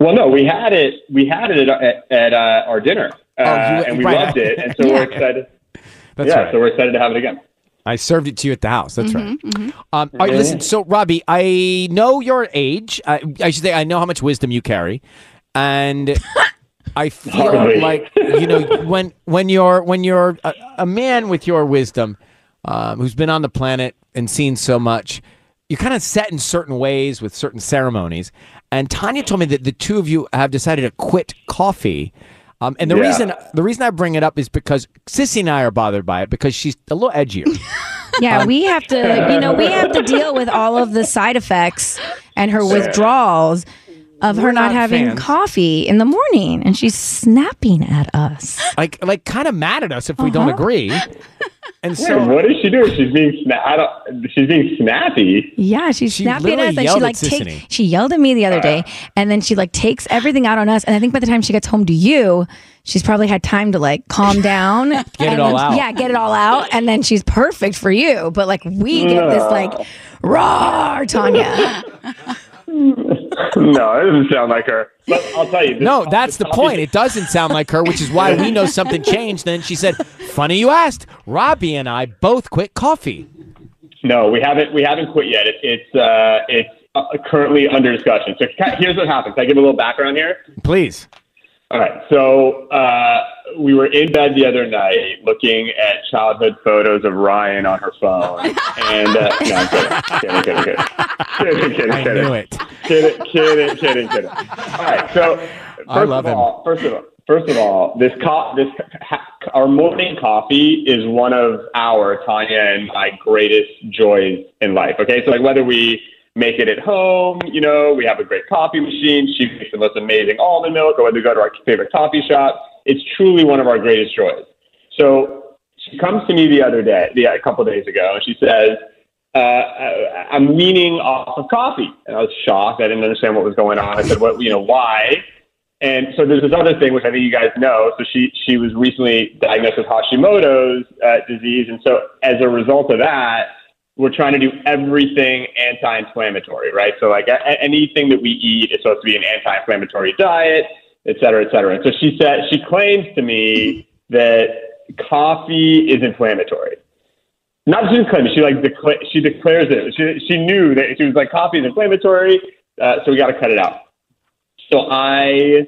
Speaker 13: Well, no, we had it. We had it at at, at uh, our dinner, uh,
Speaker 4: Oh, you-
Speaker 13: and we
Speaker 4: right.
Speaker 13: loved it. And so
Speaker 6: Yeah.
Speaker 13: we're excited.
Speaker 4: That's
Speaker 13: yeah,
Speaker 4: right.
Speaker 13: so we're excited to have it again.
Speaker 4: I served it to you at the house. That's right. Um, all right, listen. So, Robbie, I know your age. I, I should say I know how much wisdom you carry, and I feel
Speaker 13: Sorry.
Speaker 4: like you know when when you're when you're a, a man with your wisdom, um, who's been on the planet and seen so much, you're kind of set in certain ways with certain ceremonies. And Tanya told me that the two of you have decided to quit coffee. Um, and the
Speaker 14: Yeah.
Speaker 4: reason the reason I bring it up is because Sissy and I are bothered by it because she's a little edgier.
Speaker 6: Yeah, we have to, you know, we have to deal with all of the side effects and her withdrawals of her
Speaker 4: We're
Speaker 6: not,
Speaker 4: not
Speaker 6: having
Speaker 4: fans.
Speaker 6: coffee in the morning, and she's snapping at us.
Speaker 4: like like kind of mad at us if we don't agree. And so
Speaker 13: Wait, what is she doing? She's being sna- I don't, she's being snappy.
Speaker 6: Yeah, she's
Speaker 13: She
Speaker 6: snapping at us, and
Speaker 13: literally
Speaker 6: she
Speaker 13: yelled
Speaker 6: like
Speaker 13: at
Speaker 6: takes.
Speaker 13: Sissany.
Speaker 6: She yelled at me the other day, and then she like takes everything out on us. And I think by the time she gets home to you, she's probably had time to like calm down, get
Speaker 4: it all out.
Speaker 6: Yeah, get it all out, and then she's perfect for you. But like we get this like roar, Tanya.
Speaker 13: no, it doesn't sound like her. But I'll tell you. This
Speaker 4: No, that's the point. It doesn't sound like her, which is why we know something changed. Then she said, "Funny you asked. Robbie and I both quit coffee."
Speaker 13: No, we haven't. We haven't quit yet. It, it's uh, it's uh, currently under discussion. So ca- here's what happens. I give a little background here.
Speaker 4: Please.
Speaker 13: All right. So uh, we were in bed the other night looking at childhood photos of Ryan on her phone, and uh, no, I'm kidding, kidding, kidding, kidding, kidding, kidding,
Speaker 4: I
Speaker 13: kidding.
Speaker 4: knew it.
Speaker 13: kidding, kidding, kidding, kidding. All right, so first
Speaker 4: I love
Speaker 13: of
Speaker 4: him.
Speaker 13: all, first of all, first of all, this co- this ha- our morning coffee is one of our Tanya and my greatest joys in life. Okay, so like whether we make it at home, you know, we have a great coffee machine. She makes the most amazing almond milk, or whether we go to our favorite coffee shop, it's truly one of our greatest joys. So she comes to me the other day, the, a couple days ago, and she says, uh, I- I'm weaning off of coffee. And I was shocked. I didn't understand what was going on. I said, what, you know, why? And so there's this other thing, which I think you guys know. So she, she was recently diagnosed with Hashimoto's uh, disease. And so as a result of that, we're trying to do everything anti-inflammatory, right? So like a- a- anything that we eat is supposed to be an anti-inflammatory diet, et cetera, et cetera. And so she said, she claims to me that coffee is inflammatory not that she didn't claim it. She like decla- she declares it. She she knew that she was like coffee is inflammatory, uh, so we got to cut it out. So I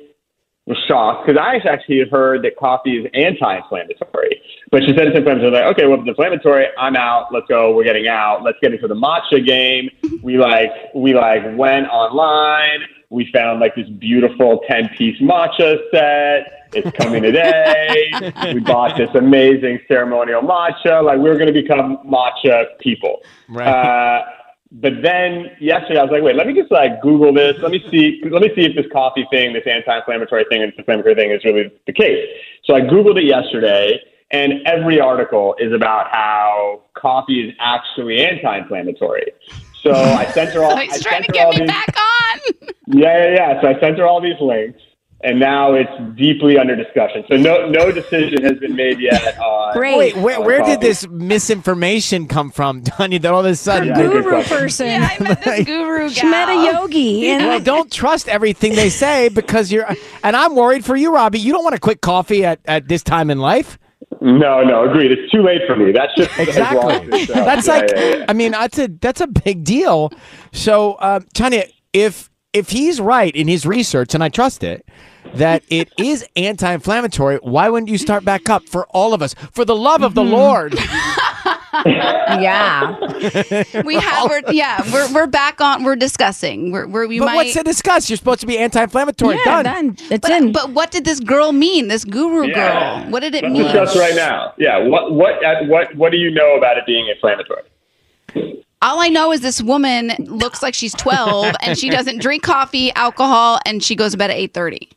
Speaker 13: was shocked because I actually had heard that coffee is anti-inflammatory, but she said it's inflammatory. I was like, okay, well, if it's inflammatory, I'm out. Let's go. We're getting out. Let's get into the matcha game. We like we like went online. We found like this beautiful ten-piece matcha set. It's coming today. we bought this amazing ceremonial matcha. Like we were going to become matcha people.
Speaker 14: Right.
Speaker 13: Uh, but then yesterday I was like, wait, let me just like Google this. Let me see. Let me see if this coffee thing, this anti-inflammatory thing, and this inflammatory thing is really the case. So I Googled it yesterday, and every article is about how coffee is actually anti-inflammatory. So I sent her all.
Speaker 5: So he's
Speaker 13: I
Speaker 5: trying
Speaker 13: sent her
Speaker 5: to get
Speaker 13: all
Speaker 5: me
Speaker 13: these-
Speaker 5: back on.
Speaker 13: yeah, yeah, yeah. So I sent her all these links, and now it's deeply under discussion. So no, no decision has been made yet. On,
Speaker 4: Wait, where,
Speaker 13: on
Speaker 4: where did
Speaker 13: coffee.
Speaker 4: this misinformation come from, Tanya? That all of a sudden,
Speaker 13: Yeah, good Guru question.
Speaker 6: person.
Speaker 5: Yeah, I met this guru
Speaker 6: She met a
Speaker 5: gal.
Speaker 6: yogi, and
Speaker 4: well, don't trust everything they say because you're. And I'm worried for you, Robbie. You don't want to quit coffee at, at this time in life.
Speaker 13: No, no, agreed. It's too late for me. That's just
Speaker 4: Exactly. That's like, I mean, that's a that's a big deal. So, uh, Tanya, if if he's right in his research, and I trust it, that it is anti-inflammatory, why wouldn't you start back up for all of us? For the love of the
Speaker 5: Mm-hmm.
Speaker 4: Lord,
Speaker 6: yeah.
Speaker 5: We have, we're, yeah, we're, we're back on. We're discussing. We're, we're we
Speaker 4: but
Speaker 5: might.
Speaker 4: what's to discuss? You're supposed to be anti-inflammatory. done.
Speaker 5: It's but, in. but what did this girl mean? This guru
Speaker 13: Yeah.
Speaker 5: girl. What did it
Speaker 13: Let's
Speaker 5: mean?
Speaker 13: discuss right now. Yeah. What what uh, what what do you know about it being inflammatory?
Speaker 5: All I know is this woman looks like she's 12 and she doesn't drink coffee, alcohol, and she goes to bed at 8:30.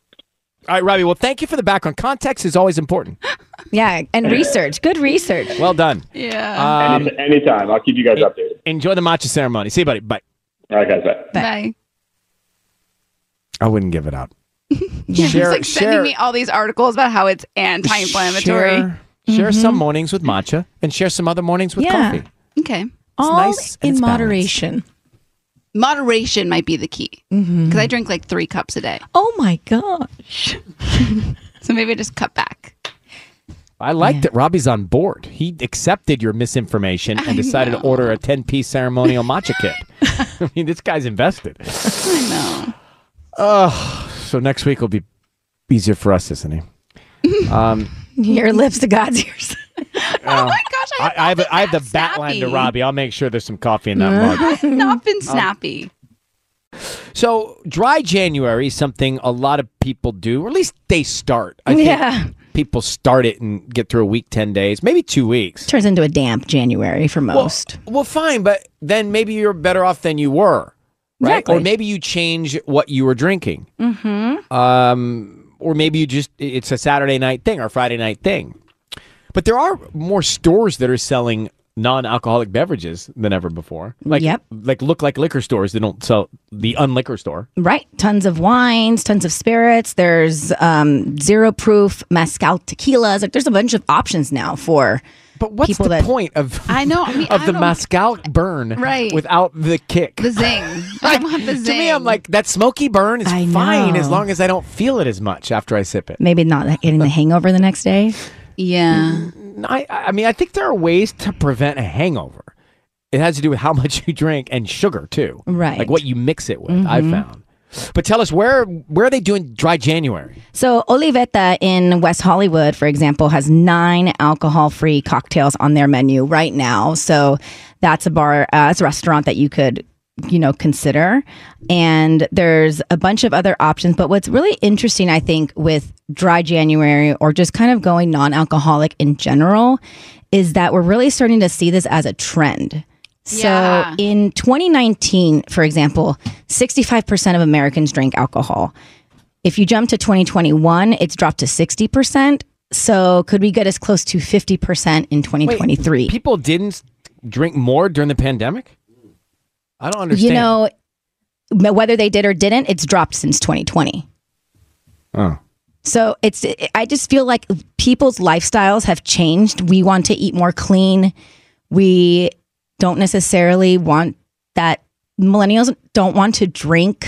Speaker 4: All right, Robbie. Well, thank you for the background. Context is always important.
Speaker 6: yeah, and research, good research.
Speaker 4: Well done.
Speaker 5: Yeah.
Speaker 4: Um,
Speaker 13: Any, anytime. I'll keep you guys updated.
Speaker 4: Enjoy the matcha ceremony. See you, buddy. Bye.
Speaker 13: All right, guys. Bye.
Speaker 5: Bye.
Speaker 4: I wouldn't give it up.
Speaker 5: Yeah, She's
Speaker 4: Share-
Speaker 5: like sending
Speaker 4: share-
Speaker 5: me all these articles about how it's anti-inflammatory.
Speaker 4: Share, share some mornings with matcha and share some other mornings with
Speaker 5: Yeah.
Speaker 4: coffee.
Speaker 5: Okay.
Speaker 6: All
Speaker 4: nice and in it's balanced.
Speaker 5: Moderation might be the key because I drink like three cups a day.
Speaker 6: Oh my gosh.
Speaker 5: So maybe I just cut back.
Speaker 4: I like that Robbie's on board. He accepted your misinformation
Speaker 5: I
Speaker 4: and decided to order a 10 piece ceremonial matcha kit. I mean, this guy's invested.
Speaker 5: I know.
Speaker 4: Oh, so next week will be easier for us, isn't he? Um,
Speaker 6: Your lips to God's ears.
Speaker 4: oh my gosh! I, I have I have the bat line to
Speaker 5: snappy.
Speaker 4: Robbie. I'll make sure there's some coffee in that mug.
Speaker 5: I've not been snappy.
Speaker 4: So dry January is something a lot of people do, or at least they start. I think
Speaker 6: Yeah.
Speaker 4: people start it and get through a week, ten days, maybe two weeks.
Speaker 6: Turns into a damp January for
Speaker 4: Well-
Speaker 6: most.
Speaker 4: Well, fine, but then maybe you're better off than you were, right?
Speaker 6: Exactly.
Speaker 4: Or maybe you change what you were drinking.
Speaker 6: mm-hmm.
Speaker 4: Um, or maybe you just it's a Saturday night thing or Friday night thing. But there are more stores that are selling non-alcoholic beverages than ever before. Like
Speaker 6: Yep.
Speaker 4: like look like liquor stores that don't sell the unliquor store.
Speaker 6: Right. Tons of wines, tons of spirits. There's um, zero proof mezcal tequilas. Like there's a bunch of options now for
Speaker 4: But what's
Speaker 6: people
Speaker 4: the
Speaker 6: that
Speaker 4: point of
Speaker 5: I know. I mean,
Speaker 4: of
Speaker 5: I
Speaker 4: the
Speaker 5: don't-
Speaker 4: Moscow burn
Speaker 5: Right.
Speaker 4: without the kick.
Speaker 5: The zing. I want the zing.
Speaker 4: to me, I'm like that smoky burn is fine as
Speaker 6: know.
Speaker 4: long as I don't feel it as much after I sip it.
Speaker 6: maybe not getting the hangover the next day.
Speaker 5: yeah.
Speaker 4: No, I, I mean, I think there are ways to prevent a hangover. It has to do with how much you drink and sugar too,
Speaker 6: Right.
Speaker 4: Like what you mix it with. I
Speaker 5: Mm-hmm.
Speaker 6: Mhm.
Speaker 4: found. But tell us where where are they doing dry January?
Speaker 6: So Olivetta in West Hollywood, for example, has nine alcohol-free cocktails on their menu right now. So that's a bar, uh, it's a restaurant that you could, you know, consider. And there's a bunch of other options. But what's really interesting, I think, with dry January or just kind of going non-alcoholic in general, is that we're really starting to see this as a trend. So
Speaker 14: Yeah.
Speaker 6: in 2019, for example, 65% of Americans drank alcohol. If you jump to 2021, it's dropped to 60%. So could we get as close to 50% in 2023?
Speaker 4: People didn't drink more during the pandemic. I don't understand.
Speaker 6: you know, m- whether they did or didn't, it's dropped since 2020.
Speaker 4: Oh.
Speaker 6: So it's I just feel like people's lifestyles have changed. We want to eat more clean. We don't necessarily want that millennials don't want to drink.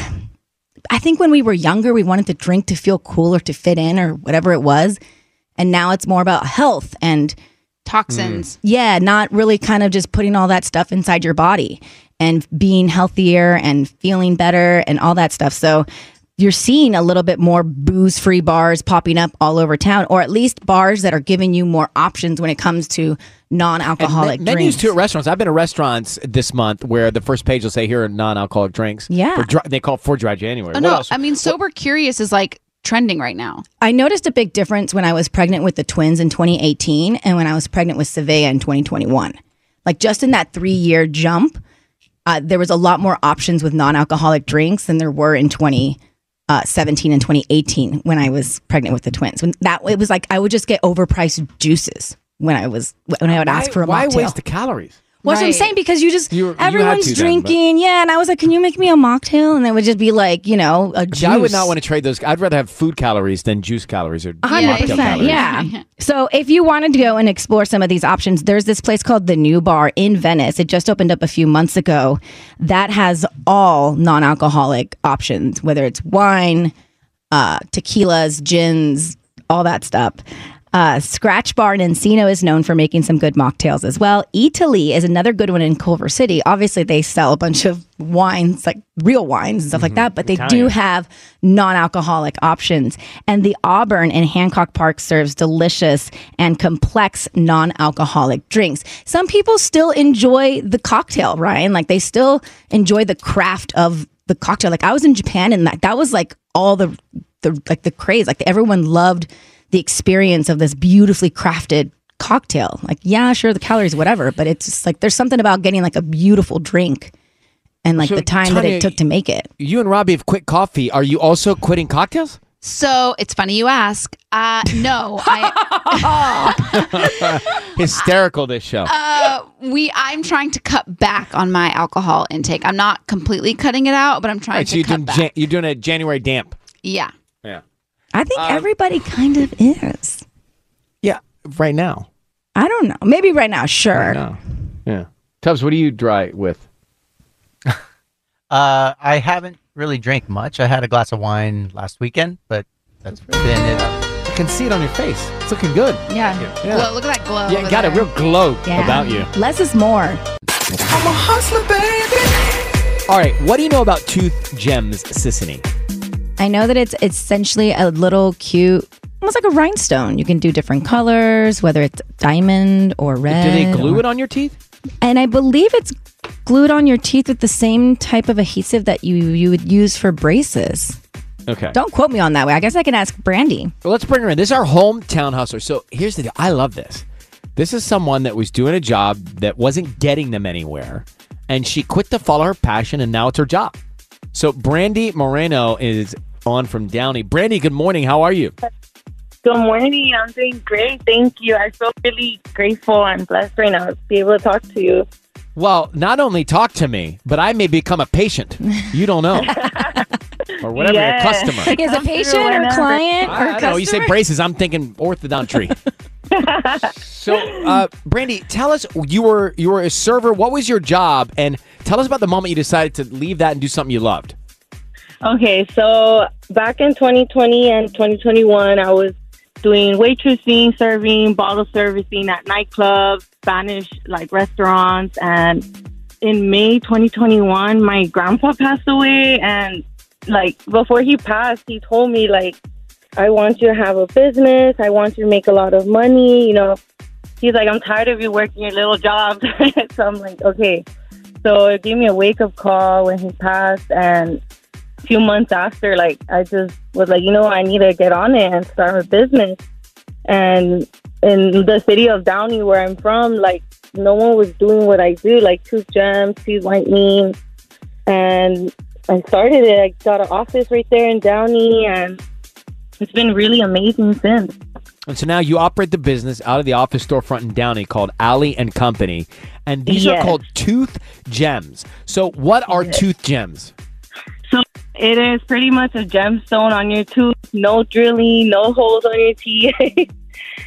Speaker 6: I think when we were younger we wanted to drink to feel cool or to fit in or whatever it was. And now it's more about health and
Speaker 5: Toxins.
Speaker 6: yeah, not really kind of just putting all that stuff inside your body and being healthier and feeling better and all that stuff. So you're seeing a little bit more booze free bars popping up all over town, or at least bars that are giving you more options when it comes to non
Speaker 4: And me-
Speaker 6: alcoholic
Speaker 4: menus
Speaker 6: drinks.
Speaker 4: too at restaurants. I've been to restaurants this month where the first page will say here are non-alcoholic drinks.
Speaker 6: Yeah.
Speaker 4: For dry, they call it for dry January.
Speaker 5: Oh,
Speaker 4: What
Speaker 5: no,
Speaker 4: else?
Speaker 5: I mean, sober curious is like trending right now.
Speaker 6: I noticed a big difference when I was pregnant with the twins in 2018 and when I was pregnant with Savea in 2021. Like just in that three year jump, uh, there was a lot more options with non alcoholic drinks than there were in 2017 and 2018 when I was pregnant with the twins. When that it was like I would just get overpriced juices when I was when I would ask
Speaker 4: Why-
Speaker 6: for a
Speaker 4: why
Speaker 6: mocktail.
Speaker 4: waste the calories?
Speaker 6: What's what I'm
Speaker 4: Right.
Speaker 6: saying? Because you just
Speaker 4: You- you had
Speaker 6: everyone's
Speaker 4: to then, but-
Speaker 6: drinking, yeah. And I was like, "Can you make me a mocktail?" And it would just be like, you know, a juice.
Speaker 4: Yeah, I would not want to trade those. I'd rather have food calories than juice calories or
Speaker 6: hundred
Speaker 4: cocktail
Speaker 6: percent.
Speaker 4: calories.
Speaker 6: Yeah. So if you wanted to go and explore some of these options, there's this place called the New Bar in Venice. It just opened up a few months ago. That has all non-alcoholic options, whether it's wine, uh, tequilas, gins, all that stuff. Uh, Scratch Bar in Encino is known for making some good mocktails as well. Italy is another good one in Culver City. Obviously, they sell a bunch of wines, like real wines and stuff like that, but they do
Speaker 14: Italian.
Speaker 6: have non-alcoholic options. And the Auburn in Hancock Park serves delicious and complex non-alcoholic drinks. Some people still enjoy the cocktail, Ryan. Like they still enjoy the craft of the cocktail. Like I was in Japan and that that was like all the the like the craze. Like everyone loved the experience of this beautifully crafted cocktail. Like yeah, sure the calories whatever, but it's just like there's something about getting like a beautiful drink and like
Speaker 4: So,
Speaker 6: the time that
Speaker 4: Tanya,
Speaker 6: it took to make it.
Speaker 4: You and Robbie have quit coffee. Are you also quitting cocktails?
Speaker 5: So it's funny you ask. Uh, no, I,
Speaker 4: Hysterical this show.
Speaker 5: uh, we. I'm trying to cut back on my alcohol intake. I'm not completely cutting it out, but I'm
Speaker 4: All
Speaker 5: trying
Speaker 4: right, so
Speaker 5: to
Speaker 4: you're
Speaker 5: cut
Speaker 4: doing,
Speaker 5: back.
Speaker 4: Jan- you're doing a January damp.
Speaker 5: yeah.
Speaker 4: Yeah.
Speaker 6: I think
Speaker 4: Um,
Speaker 6: everybody kind of is.
Speaker 4: Yeah, right now.
Speaker 6: I don't know. Maybe right now, sure.
Speaker 4: Yeah. Tubbs, what do you dry with?
Speaker 15: Uh, I haven't really drank much. I had a glass of wine last weekend, but that's been it. I
Speaker 4: can see it on your face. It's looking good.
Speaker 5: Yeah.
Speaker 15: Yeah.
Speaker 5: Glow, look at that glow.
Speaker 4: Yeah,
Speaker 5: over
Speaker 4: got a
Speaker 5: there.
Speaker 4: real glow about you.
Speaker 6: Less is more.
Speaker 5: I'm a hustler, baby.
Speaker 4: All right, what do you know about Tooth Gems Sissany?
Speaker 6: I know that it's essentially a little cute, almost like a rhinestone. You can do different colors, whether it's diamond or red.
Speaker 4: Do they glue
Speaker 6: or-
Speaker 4: it on your teeth?
Speaker 6: And I believe it's glued on your teeth with the same type of adhesive that you you would use for braces.
Speaker 4: Okay.
Speaker 6: Don't quote me on that way. I guess I can ask Brandy.
Speaker 4: Well, let's bring her in. This is our hometown hustler. So here's the deal. I love this. This is someone that was doing a job that wasn't getting them anywhere, and she quit to follow her passion, and now it's her job. So Brandy Moreno is on from Downey. Brandy, good morning. How are you?
Speaker 14: Good morning. I'm doing great. Thank you. I feel really grateful and blessed right now to be able to talk to you.
Speaker 4: Well, not only talk to me, but I may become a patient. You don't know, or whatever,
Speaker 6: Yeah.
Speaker 4: a customer.
Speaker 6: Like, is it patient or
Speaker 14: whenever.
Speaker 6: client or
Speaker 4: I don't know. You say
Speaker 6: customer?
Speaker 4: braces. I'm thinking orthodontry. so, uh, Brandy, tell us you were you were a server. What was your job? And tell us about the moment you decided to leave that and do something you loved.
Speaker 14: Okay, so back in 2020 and 2021, I was doing waitressing, serving, bottle servicing at nightclubs, Spanish like restaurants, and in May 2021, my grandpa passed away, and like before he passed, he told me like, "I want you to have a business. I want you to make a lot of money." You know, he's like, "I'm tired of you working your little jobs." so I'm like, "Okay." So it gave me a wake up call when he passed, and few months after, like I just was like, you know, I need to get on it and start a business. And in the city of Downey, where I'm from, like no one was doing what I do, like two gems, two white means. And I started it. I got an office right there in Downey, and it's been really amazing since.
Speaker 4: And so now you operate the business out of the office storefront in Downey called Alley and Company, and these are
Speaker 14: Yes.
Speaker 4: called Tooth Gems. So, what are Tooth Gems?
Speaker 14: So it is pretty much a gemstone on your tooth. No drilling, no holes on your teeth.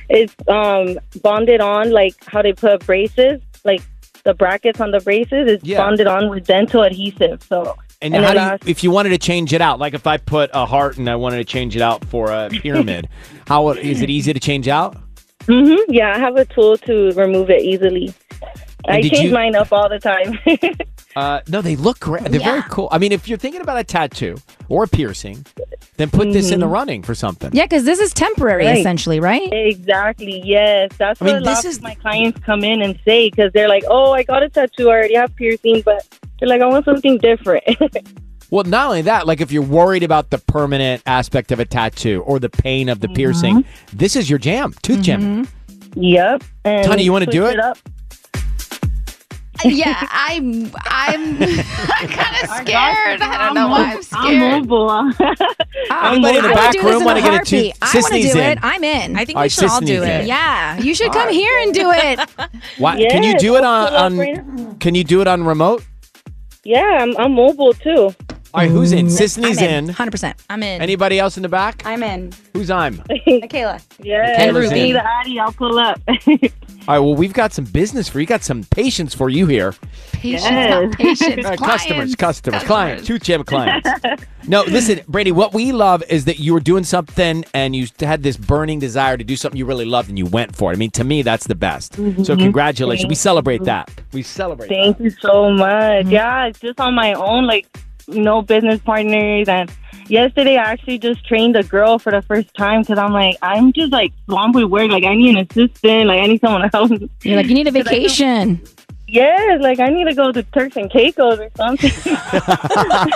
Speaker 14: it's um, bonded on like how they put braces, like the brackets on the braces. It's
Speaker 4: Yeah.
Speaker 14: bonded on with dental adhesive. So
Speaker 4: And, how
Speaker 14: it
Speaker 4: do you,
Speaker 14: lasts-
Speaker 4: if you wanted to change it out, like if I put a heart and I wanted to change it out for a pyramid, how would- is it easy to change out?
Speaker 14: Mhm, yeah, I have a tool to remove it easily.
Speaker 4: And
Speaker 14: I
Speaker 4: did
Speaker 14: change
Speaker 4: you-
Speaker 14: mine up all the time.
Speaker 4: Uh, no, they look great. They're very cool. I mean, if you're thinking about a tattoo or a piercing, then put this in the
Speaker 14: Mhm.
Speaker 4: running for something.
Speaker 6: Yeah, because this is temporary,
Speaker 14: Right.
Speaker 6: essentially, right?
Speaker 14: Exactly. Yes, that's
Speaker 6: I mean,
Speaker 14: what a
Speaker 6: this
Speaker 14: lot
Speaker 6: is-
Speaker 14: of my clients come in and say because they're like, "Oh, I got a tattoo. I already have piercing, but they're like, I want something different."
Speaker 4: Well, not only that, like if you're worried about the permanent aspect of a tattoo or the pain of the piercing, this is your jam, tooth jam.
Speaker 14: Yep. And
Speaker 4: Tanya, you wanna do
Speaker 14: switch
Speaker 4: it?
Speaker 14: up.
Speaker 5: yeah, I'm I'm kind of scared. I don't know why I'm scared.
Speaker 14: mobile.
Speaker 4: I'm going in
Speaker 6: I
Speaker 4: the
Speaker 6: would
Speaker 4: back
Speaker 6: do this
Speaker 4: room
Speaker 6: in
Speaker 4: when
Speaker 6: a
Speaker 4: I get a
Speaker 6: heartbeat.
Speaker 4: tooth.
Speaker 6: I want to
Speaker 4: Sisney's
Speaker 6: do it.
Speaker 4: in.
Speaker 6: I'm in. I
Speaker 4: think All we right, should all do Sisney's it. in.
Speaker 6: Yeah, you should come here and do it.
Speaker 4: Why, can you
Speaker 14: Yes,
Speaker 4: do it
Speaker 14: I'll
Speaker 4: on,
Speaker 14: pull up
Speaker 4: on
Speaker 14: right
Speaker 4: Can you do it on remote?
Speaker 14: yeah, I'm, I'm mobile too.
Speaker 4: All right, who's in? Sisney's
Speaker 6: I'm
Speaker 4: in.
Speaker 6: 100%. I'm in.
Speaker 4: Anybody else in the back?
Speaker 14: I'm in.
Speaker 4: Who's I'm?
Speaker 14: Michaela. Yeah.
Speaker 4: Michaela's in.
Speaker 14: the Addy, I'll pull up.
Speaker 4: All right, well, we've got some business for you. Got some patience for you here.
Speaker 5: Patience,
Speaker 14: Yes.
Speaker 5: not patience.
Speaker 4: All right,
Speaker 5: clients.
Speaker 4: Uh, customers, customers, clients, two gem clients. no, listen, Brady, what we love is that you were doing something and you had this burning desire to do something you really loved and you went for it. I mean, to me, that's the best. So,
Speaker 14: Mhm.
Speaker 4: congratulations. We
Speaker 14: Thank
Speaker 4: celebrate
Speaker 14: you.
Speaker 4: that. We celebrate. Mm-hmm.
Speaker 14: Thank you so much. Yeah, it's just on my own, like no business partners. And yesterday, I actually just trained a girl for the first time because I'm like, I'm just like swamped with work. Like I need an assistant. Like I need someone to help. me.
Speaker 6: You're like, you need a vacation.
Speaker 14: Yes, like I need to go to Turks and Caicos or something. like,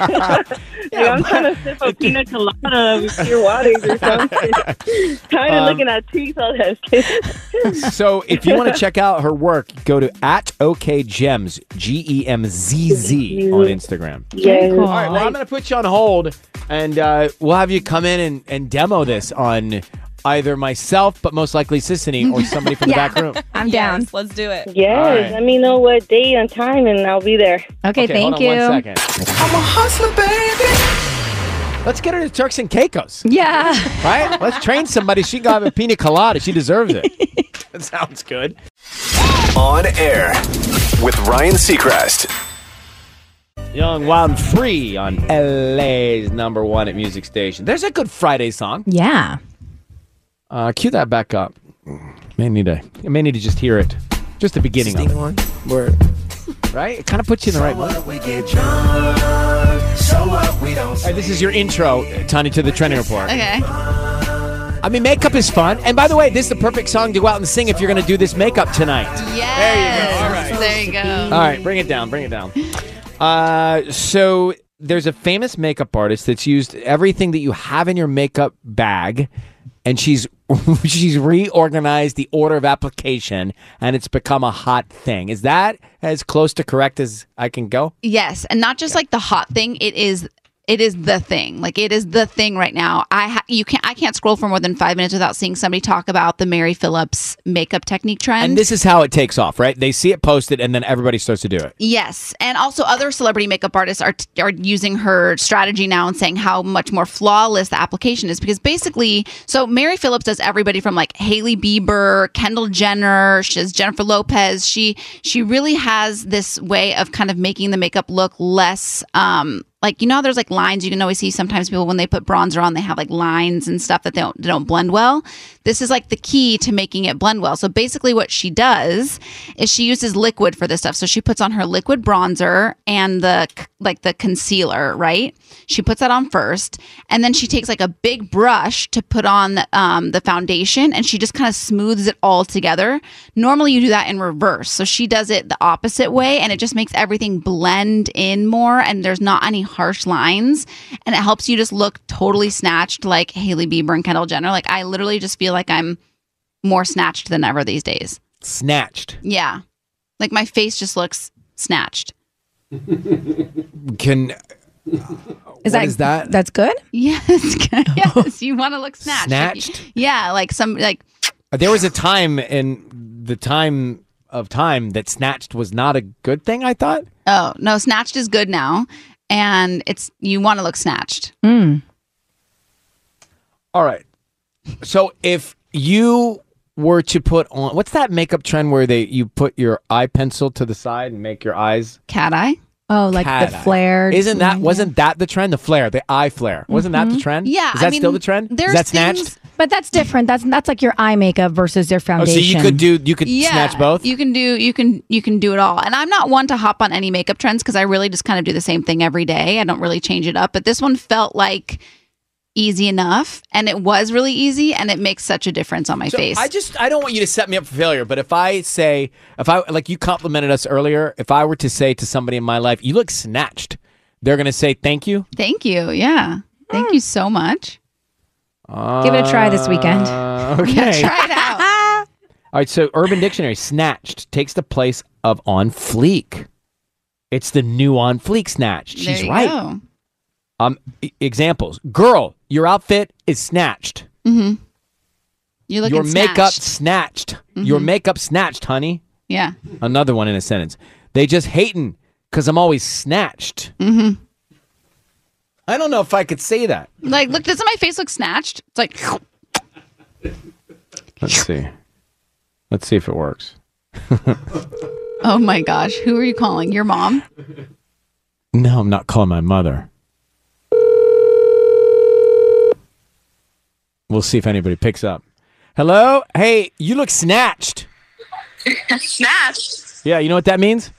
Speaker 14: I'm trying to sip a pina colada with pure waters or something. Tired of
Speaker 4: Um,
Speaker 14: looking at teeth all that shit.
Speaker 4: so, if you want to check out her work, go to at OKGems, G E M Z Z, on Instagram.
Speaker 14: Yes.
Speaker 4: All right, well, I'm going to put you on hold and uh, we'll have you come in and, and demo this on either myself, but most likely Sissany or somebody from the back room.
Speaker 6: I'm down.
Speaker 14: Let's do it.
Speaker 4: All
Speaker 14: Yes,
Speaker 4: right.
Speaker 14: let me know what day and time, and I'll be there.
Speaker 6: Okay,
Speaker 4: hold
Speaker 6: thank
Speaker 4: on
Speaker 6: you.
Speaker 4: One second.
Speaker 14: I'm a hustler, baby.
Speaker 4: Let's get her to Turks and Caicos,
Speaker 6: Yeah.
Speaker 4: right? Let's train somebody. She can have a pina colada. She deserves it. that sounds good.
Speaker 16: On air with Ryan Seacrest.
Speaker 4: Young, wild, and free on LA's number one at music station. There's a good Friday song.
Speaker 6: Yeah.
Speaker 4: Uh, cue that back up. May need to. I may need to just hear it. Just the beginning of it.
Speaker 17: Word.
Speaker 4: right? It kind of puts you in the right mood.
Speaker 17: We get drunk, so what we don't
Speaker 4: All right, this is your intro, Tanya, to the trending report.
Speaker 5: Okay.
Speaker 4: I mean, makeup is fun. And by the way, this is the perfect song to go out and sing if you're going to do this makeup tonight.
Speaker 5: Yes. There you go.
Speaker 4: All right, bring it down, bring it down. Uh, so there's a famous makeup artist that's used everything that you have in your makeup bag, and she's she's reorganized the order of application, and it's become a hot thing. Is that as close to correct as I can go?
Speaker 5: Yes, and not just like the hot thing. It is it is the thing. Like it is the thing right now. I ha- you can't I can't scroll for more than five minutes without seeing somebody talk about the Mary Phillips makeup technique trend.
Speaker 4: And this is how it takes off, right? They see it posted, and then everybody starts to do it.
Speaker 5: Yes, and also other celebrity makeup artists are are using her strategy now and saying how much more flawless the application is because basically, so Mary Phillips does everybody from like Hailey Bieber, Kendall Jenner, she does Jennifer Lopez. She she really has this way of kind of making the makeup look less um like you know how there's like lines you can always see sometimes people when they put bronzer on they have like lines and stuff that they don't, they don't blend well this is like the key to making it blend well so basically what she does is she uses liquid for this stuff so she puts on her liquid bronzer and the c- like the concealer right she puts that on first and then she takes like a big brush to put on um, the foundation and she just kind of smooths it all together normally you do that in reverse so she does it the opposite way and it just makes everything blend in more and there's not any harsh lines and it helps you just look totally snatched like Hailey Bieber and Kendall Jenner like I literally just feel like I'm more snatched than ever these days
Speaker 4: Snatched.
Speaker 5: yeah like my face just looks snatched
Speaker 4: Can
Speaker 5: Is
Speaker 4: what
Speaker 5: that-
Speaker 4: is that?
Speaker 6: That's good.
Speaker 5: yes yes you want to look snatched Like,
Speaker 4: Snatched?
Speaker 5: yeah like some like
Speaker 4: There was a time in the time of time that snatched was not a good thing. I thought.
Speaker 5: Oh no, snatched is good now, and it's you want to look snatched.
Speaker 6: Hmm.
Speaker 4: All right. So if you were to put on what's that makeup trend where they you put your eye pencil to the side and make your eyes
Speaker 5: cat eye?
Speaker 6: Oh, like
Speaker 4: Cat
Speaker 6: the
Speaker 4: eye.
Speaker 6: flared.
Speaker 4: Isn't that wasn't that the trend? The flare, the eye flare. Wasn't
Speaker 6: Mm-hmm.
Speaker 4: that the trend? Is that still the trend? Is that snatched?
Speaker 6: But that's different. That's that's like your eye makeup versus their
Speaker 4: Oh, so
Speaker 6: foundation.
Speaker 4: you could do you could snatch both?
Speaker 5: You can do you can you can do it all. And I'm not one to hop on any makeup trends because I really just kind of do the same thing every day. I don't really change it up. But this one felt like easy enough, and it was really easy, and it makes such a difference on my
Speaker 4: So
Speaker 5: face.
Speaker 4: I just I don't want you to set me up for failure, but if I say if I like you complimented us earlier, if I were to say to somebody in my life, you look snatched, they're gonna say thank you.
Speaker 5: Thank you. Yeah. Thank
Speaker 4: Hmm.
Speaker 5: you so much.
Speaker 6: Give it a try this weekend.
Speaker 4: Uh, okay.
Speaker 5: Try it out.
Speaker 4: All right, so Urban Dictionary, snatched takes the place of on fleek. It's the new on fleek snatched.
Speaker 5: There
Speaker 4: She's
Speaker 5: you
Speaker 4: right.
Speaker 5: go.
Speaker 4: Um e- examples. Girl, your outfit is snatched.
Speaker 5: Mm-hmm. You're looking
Speaker 4: your
Speaker 5: snatched.
Speaker 4: makeup snatched. Your
Speaker 5: Mhm.
Speaker 4: makeup snatched, honey.
Speaker 5: Yeah.
Speaker 4: Another one in a sentence. They just hating cuz I'm always snatched.
Speaker 5: Mm-hmm.
Speaker 4: I don't know if I could say that.
Speaker 5: Like, look, doesn't my face look snatched? It's like
Speaker 4: Let's see. Let's see if it works.
Speaker 5: Oh my gosh, who are you calling? Your mom?
Speaker 4: No, I'm not calling my mother. We'll see if anybody picks up. Hello? Hey, you look snatched.
Speaker 18: Snatched.
Speaker 4: Yeah, you know what that means?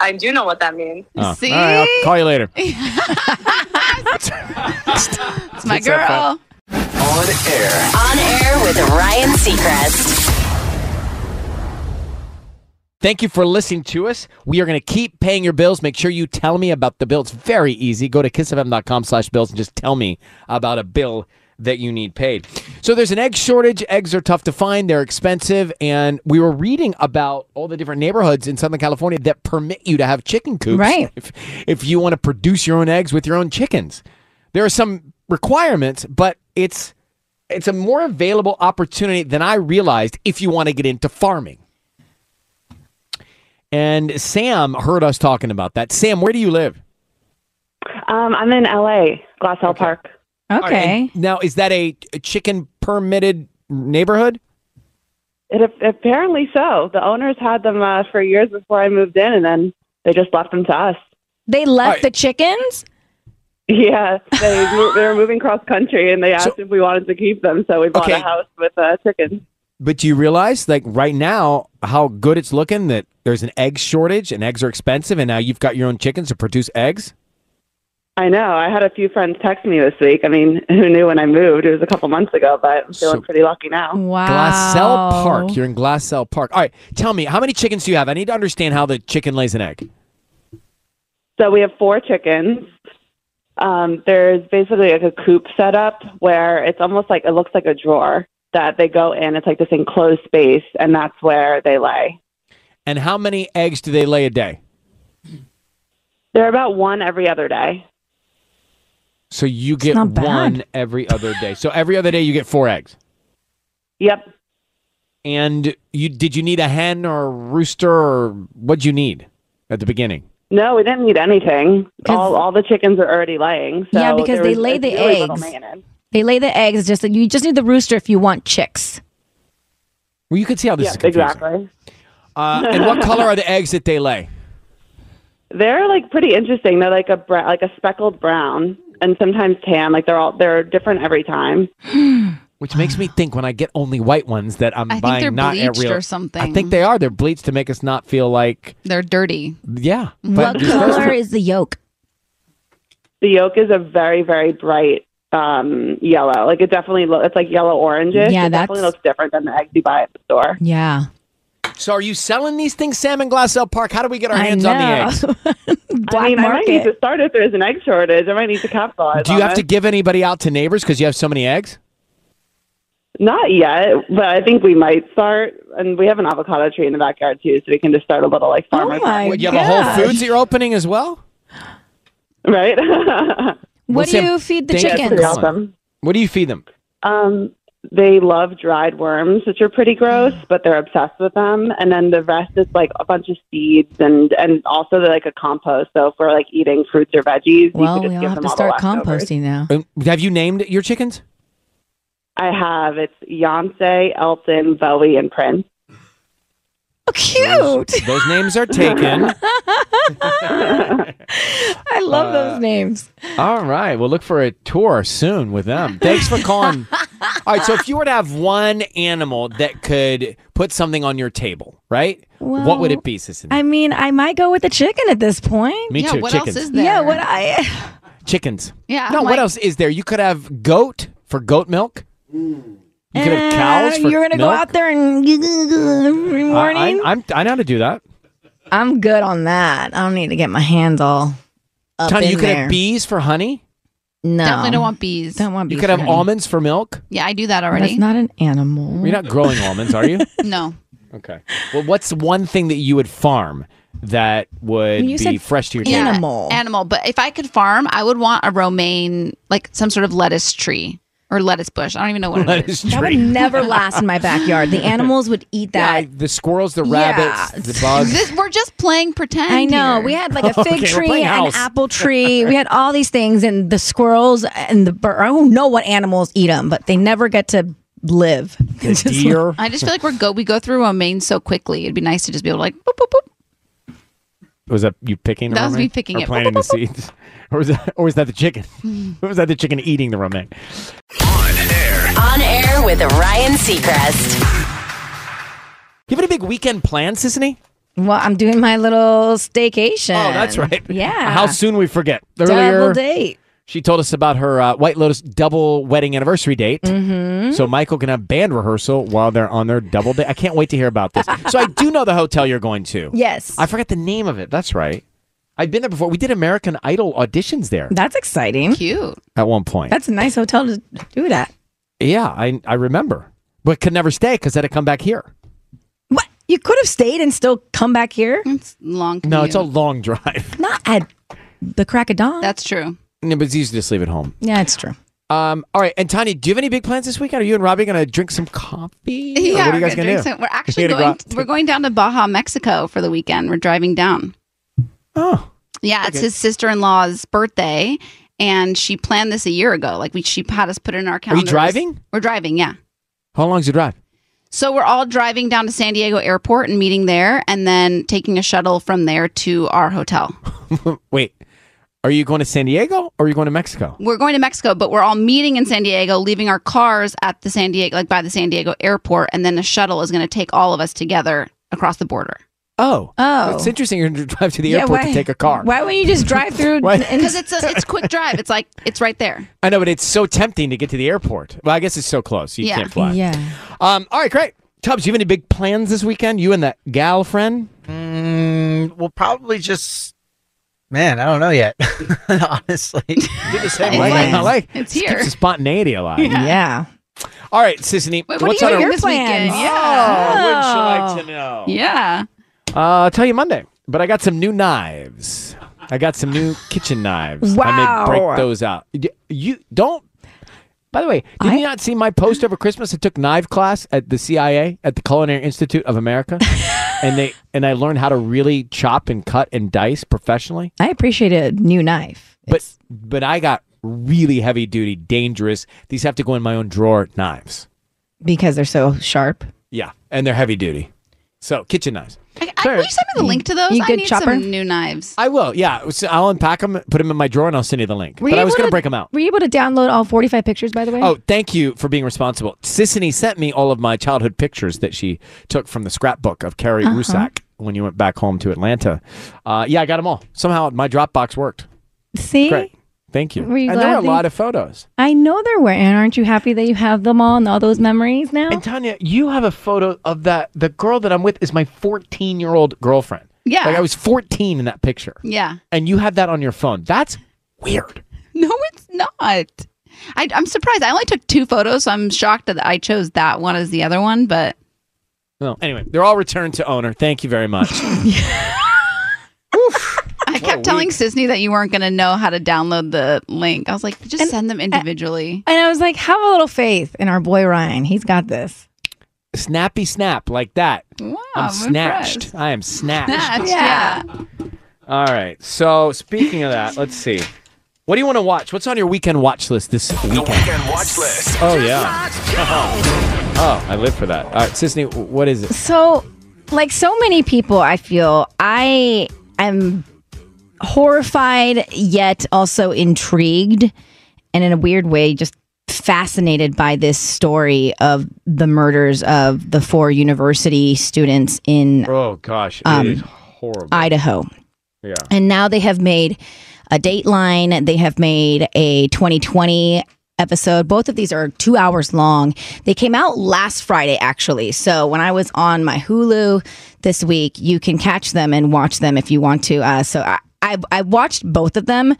Speaker 18: I do know what that means.
Speaker 4: Oh. All right, I'll call you later.
Speaker 5: it's
Speaker 18: my
Speaker 4: It's so fun.
Speaker 18: girl.
Speaker 16: On air.
Speaker 19: On air with Ryan Seacrest.
Speaker 4: Thank you for listening to us. We are going to keep paying your bills. Make sure you tell me about the bill. It's very easy. Go to kissfm.com slash bills and just tell me about a bill that you need paid. So there's an egg shortage. Eggs are tough to find. They're expensive. And we were reading about all the different neighborhoods in Southern California that permit you to have chicken coops.
Speaker 6: Right.
Speaker 4: If, if you want to produce your own eggs with your own chickens. There are some requirements, but it's it's a more available opportunity than I realized if you want to get into farming. And Sam heard us talking about that. Sam, where do you live?
Speaker 18: Um, I'm in LA, Glass Hill Park.
Speaker 4: All right, and now, is that a, a chicken permitted neighborhood?
Speaker 18: It, ap- apparently so. The owners had them uh, for years before I moved in, and then they just left them to us.
Speaker 6: They left the chickens.
Speaker 18: Yeah, they, mo- they were moving cross country, and they asked if we wanted to keep them, so we bought
Speaker 4: Okay.
Speaker 18: a house with uh, chickens.
Speaker 4: But do you realize, like right now, how good it's looking that there's an egg shortage and eggs are expensive, and now you've got your own chickens to produce eggs?
Speaker 18: I know. I had a few friends text me this week. I mean, who knew when I moved? It was a couple months ago, but I'm feeling pretty lucky now.
Speaker 5: Wow.
Speaker 4: Glassell Park. You're in Glassell Park. All right. Tell me, how many chickens do you have? I need to understand how the chicken lays an egg.
Speaker 18: So we have four chickens. Um, there's basically like a coop setup where it's almost like it looks like a drawer that they go in. It's like this enclosed space, and that's where they lay.
Speaker 4: And how many eggs do they lay a day?
Speaker 18: They're about one every other day.
Speaker 4: So you get
Speaker 18: not bad.
Speaker 4: one every other day. So every other day you get four eggs.
Speaker 18: Yep.
Speaker 4: And you did you need a hen or a rooster or what'd you need at the beginning?
Speaker 18: No, we didn't need anything. All, all the chickens are already laying. So
Speaker 6: yeah, because
Speaker 18: there
Speaker 6: they
Speaker 18: was-
Speaker 6: lay
Speaker 18: it's
Speaker 6: the
Speaker 18: really little
Speaker 6: eggs.
Speaker 18: maintenance.
Speaker 6: They lay the eggs. Just that you just need the rooster if you want chicks.
Speaker 4: Well, you can see how this
Speaker 18: Yeah,
Speaker 4: is confusing.
Speaker 18: exactly.
Speaker 4: Uh, and what color are the eggs that they lay?
Speaker 18: They're like pretty interesting. They're like a bra- like a speckled brown and sometimes tan. Like they're all they're different every time.
Speaker 4: Which makes me think when I get only white ones that I'm
Speaker 5: think
Speaker 4: buying
Speaker 5: they're
Speaker 4: not a
Speaker 5: bleached
Speaker 4: real
Speaker 5: or something.
Speaker 4: I think they are. They're bleached to make us not feel like
Speaker 5: They're dirty.
Speaker 4: yeah.
Speaker 6: What
Speaker 4: you're supposed
Speaker 6: color
Speaker 4: to-
Speaker 6: is the yolk?
Speaker 18: The yolk is a very very bright um yellow. Like it definitely lo- it's like yellow orangish.
Speaker 6: Yeah,
Speaker 18: it
Speaker 6: that's-
Speaker 18: definitely looks different than the eggs you buy at the store.
Speaker 6: Yeah.
Speaker 4: So are you selling these things, Sam and Glassell Park? How do we get our
Speaker 18: I
Speaker 4: hands on the
Speaker 18: know.
Speaker 4: eggs?
Speaker 18: I mean, I might need to start if there's an egg shortage. I might need to capitalize.
Speaker 4: Do you
Speaker 18: on
Speaker 4: have
Speaker 18: it.
Speaker 4: to give anybody out to neighbors because you have so many eggs?
Speaker 18: Not yet, but I think we might start. And we have an avocado tree in the backyard too, so we can just start a little like
Speaker 6: Oh
Speaker 18: farmer.
Speaker 4: What, you have a Whole Foods that you're opening as well?
Speaker 18: right?
Speaker 4: Well, Sam, thank you for
Speaker 18: That's pretty
Speaker 4: calling.
Speaker 18: awesome.
Speaker 4: What do you feed them?
Speaker 18: Um, they love dried worms, which are pretty gross, but they're obsessed with them. And then the rest is like a bunch of seeds and and also they're like a compost. So if we're like eating fruits or veggies,
Speaker 6: Well,
Speaker 18: you could
Speaker 6: we
Speaker 18: just
Speaker 6: all
Speaker 18: give
Speaker 6: have
Speaker 18: them
Speaker 6: to
Speaker 18: all the
Speaker 6: start
Speaker 18: leftovers.
Speaker 6: composting now.
Speaker 4: Um, Have you named your chickens?
Speaker 18: I have it's Beyonce, Elton, Bowie, and Prince.
Speaker 6: Oh, Cute.
Speaker 4: Those names are taken.
Speaker 6: I love those names.
Speaker 4: Uh, All right. We'll look for a tour soon with them. Thanks for calling. All right. So, if you were to have one animal that could put something on your table, right? what would
Speaker 6: Well,
Speaker 4: it be, Sisson?
Speaker 6: I mean, I might go with the chicken at this point.
Speaker 4: Me Yeah, too, what else chickens. is there?
Speaker 6: Yeah, what I
Speaker 4: Chickens.
Speaker 6: Yeah,
Speaker 4: No,
Speaker 6: I'm
Speaker 4: what
Speaker 6: like-
Speaker 4: else is there? You could have goat for goat milk. You could have cows
Speaker 6: Uh,
Speaker 4: for
Speaker 6: You're gonna go
Speaker 4: milk.
Speaker 6: out there and every morning.
Speaker 4: I, am I know how to do that.
Speaker 6: I, am good on that. I don't need to get my hands all up
Speaker 4: Tanya,
Speaker 6: in
Speaker 4: you could
Speaker 6: there.
Speaker 4: have bees for honey.
Speaker 6: No,
Speaker 5: Definitely don't want bees.
Speaker 6: Don't want
Speaker 4: You
Speaker 6: beef
Speaker 4: could have
Speaker 6: honey.
Speaker 4: almonds for milk.
Speaker 5: Yeah, I do that
Speaker 6: That's
Speaker 5: already.
Speaker 6: not an animal.
Speaker 4: You're not growing almonds, are you?
Speaker 5: no.
Speaker 4: Okay. Well, what's one thing that you would farm that would
Speaker 5: Well,
Speaker 4: be
Speaker 5: you said
Speaker 4: fresh to your
Speaker 5: Yeah,
Speaker 4: table?
Speaker 5: Animal. But if I could farm, I would want a romaine, like some sort of lettuce tree or lettuce bush. I don't even know what
Speaker 4: Lettuce
Speaker 5: it is.
Speaker 6: That would never last in my backyard. The animals would eat that.
Speaker 4: The squirrels, the rabbits, the bugs.
Speaker 5: This- we're just playing pretend.
Speaker 6: I know.
Speaker 5: here.
Speaker 6: We had like a fig
Speaker 4: Okay, we're
Speaker 6: tree,
Speaker 4: playing
Speaker 6: an
Speaker 4: house.
Speaker 6: apple tree. we had all these things, and the squirrels and the bird. I don't know what animals eat them, but they never get to live. Just like-
Speaker 5: I just feel like we're go we go through romaine so quickly. It'd be nice to just be able to like boop, boop, boop.
Speaker 4: was that you picking? the
Speaker 5: That was me
Speaker 4: romaine?
Speaker 5: picking
Speaker 4: or
Speaker 5: it.
Speaker 4: planting the seeds, or was that, or was that the chicken? or was that the chicken eating the romaine?
Speaker 19: On air with Ryan Seacrest.
Speaker 4: You have any big weekend plans, Sissany?
Speaker 6: well, I'm doing my little staycation.
Speaker 4: Oh, that's right.
Speaker 6: Yeah.
Speaker 4: How soon we forget?
Speaker 6: Double
Speaker 4: Earlier,
Speaker 6: date.
Speaker 4: She told us about her uh, White Lotus double wedding anniversary date. Mm-hmm. So Michael can have band rehearsal while they're on their double date. I can't wait to hear about this. so I do know the hotel you're going to.
Speaker 6: Yes.
Speaker 4: I forgot the name of it. That's right. I've been there before. We did American Idol auditions there
Speaker 6: That's exciting.
Speaker 5: Cute.
Speaker 4: at one point.
Speaker 6: That's a nice hotel to do that.
Speaker 4: yeah, I I remember, but could never stay because I had to come back here.
Speaker 6: You could have stayed and still come back here.
Speaker 5: It's long.
Speaker 4: No, it's a long drive.
Speaker 6: not at the crack of dawn.
Speaker 5: That's true.
Speaker 4: No, but it's easy to just leave it home.
Speaker 6: Yeah, it's true.
Speaker 4: Um, all right, and Tanya, do you have any big plans this weekend? Are you and Robbie going to drink some coffee? Or
Speaker 5: Yeah,
Speaker 4: what are you
Speaker 5: we're
Speaker 4: guys going
Speaker 5: gonna
Speaker 4: to
Speaker 5: drink
Speaker 4: do?
Speaker 5: some- We're actually
Speaker 4: You're gonna go
Speaker 5: going.
Speaker 4: out
Speaker 5: we're going down to Baja, Mexico for the weekend. We're driving down.
Speaker 4: Oh,
Speaker 5: yeah, it's
Speaker 4: Okay.
Speaker 5: his sister-in-law's birthday, and she planned this a year ago. Like we, she had us put it in our calendar.
Speaker 4: driving?
Speaker 5: We're driving. Yeah.
Speaker 4: How long's your drive?
Speaker 5: So we're all driving down to San Diego Airport and meeting there, and then taking a shuttle from there to our hotel.
Speaker 4: Wait, Are you going to San Diego or are you going to Mexico?
Speaker 5: We're going to Mexico, but we're all meeting in San Diego, leaving our cars at the San Diego, like by the San Diego airport, and then a shuttle is going to take all of us together across the border.
Speaker 4: Oh,
Speaker 5: Oh.
Speaker 4: it's interesting. You're going to drive to the
Speaker 5: Yeah,
Speaker 4: airport
Speaker 5: why-
Speaker 4: to take a car.
Speaker 5: why
Speaker 6: wouldn't you just drive through?
Speaker 4: Why-
Speaker 5: Because it's a, it's quick drive. It's like it's right there.
Speaker 4: I know, but it's so tempting to get to the airport. Well, I guess it's so close. You can't fly.
Speaker 5: Yeah.
Speaker 4: Um, all right, great. Tubbs, you have any big plans this weekend? You and that gal friend?
Speaker 15: Mm, we'll probably just. Man, I don't know yet. Honestly, do the
Speaker 4: Hey, why not? Like,
Speaker 5: it's
Speaker 4: keeps
Speaker 5: here.
Speaker 4: the spontaneity alive.
Speaker 5: Yeah.
Speaker 4: All right, Sissany.
Speaker 5: Wait, what
Speaker 4: what's
Speaker 5: are you
Speaker 4: on
Speaker 5: doing
Speaker 4: our-
Speaker 5: this weekend?
Speaker 4: Yeah.
Speaker 5: Yeah.
Speaker 4: Oh, would Oh, you like to know?
Speaker 5: Yeah.
Speaker 4: Uh, I'll tell you Monday. But I got some new knives. I got some new kitchen knives. I
Speaker 5: Wow.
Speaker 4: may break those out. D- You don't. By the way, did you not see my post over Christmas? I took knife class at the CIA at the Culinary Institute of America, and they and I learned how to really chop and cut and dice professionally.
Speaker 6: I appreciate a new knife.
Speaker 4: But but I got really heavy duty, dangerous. These have to go in my own drawer knives.
Speaker 6: because they're so sharp.
Speaker 4: Yeah, and they're heavy duty. So kitchen knives.
Speaker 5: I, I, will you send me the link to those?
Speaker 6: You
Speaker 5: I
Speaker 6: good
Speaker 5: need
Speaker 6: chopper?
Speaker 5: some new knives.
Speaker 4: I will. Yeah, so I'll unpack them, put them in my drawer, and I'll send you the link.
Speaker 6: Were
Speaker 4: but
Speaker 6: you
Speaker 4: I was
Speaker 6: able
Speaker 4: going
Speaker 6: to-
Speaker 4: to break them out.
Speaker 6: Were you able to download all 45 pictures, by the way?
Speaker 4: Oh, thank you for being responsible. Sissany sent me all of my childhood pictures that she took from the scrapbook of Carrie
Speaker 6: Uh-huh.
Speaker 4: Rusack when you went back home to Atlanta. Uh, yeah, I got them all. Somehow my Dropbox worked.
Speaker 6: See?
Speaker 4: Great. Thank you.
Speaker 6: Were you
Speaker 4: and there
Speaker 6: glad
Speaker 4: were a
Speaker 6: that
Speaker 4: lot
Speaker 6: you-
Speaker 4: of photos.
Speaker 6: I know they're wearing. Aren't you happy that you have them all and all those memories now?
Speaker 4: And Tanya, you have a photo of that. The girl that I'm with is my 14 year old girlfriend.
Speaker 5: Yeah.
Speaker 4: Like I was 14 in that picture.
Speaker 5: Yeah.
Speaker 4: And you have that on your phone. That's weird.
Speaker 5: No, it's not. I, I'm surprised. I only took two photos, so I'm shocked that I chose that one as the other one. But
Speaker 4: Well, anyway, they're all returned to owner. Thank you very much.
Speaker 5: I kept telling Sisney that you weren't going to know how to download the link. I was like, just send them individually.
Speaker 6: And I was like, have a little faith in our boy Ryan. He's got this.
Speaker 4: Snappy snap like that.
Speaker 5: Wow,
Speaker 4: I'm
Speaker 5: I'm
Speaker 4: snatched.
Speaker 5: impressed.
Speaker 4: I am snatched.
Speaker 5: yeah.
Speaker 4: All right. So speaking of that, let's see. What do you want to watch? What's on your weekend watch list this weekend?
Speaker 16: watch list.
Speaker 4: Oh yeah. Oh, I live for that. All right, Sisney, what is it?
Speaker 6: So, like so many people, I feel I am horrified yet also intrigued and in a weird way just fascinated by this story of the murders of the four university students in
Speaker 4: Oh gosh,
Speaker 6: Um,
Speaker 4: horrible.
Speaker 6: Idaho.
Speaker 4: Yeah.
Speaker 6: And now they have made a Dateline. They have made a 2020 episode. Both of these are two hours long. They came out last Friday, actually. So when I was on my Hulu this week, you can catch them and watch them if you want to. Uh, so I, I, I watched both of them.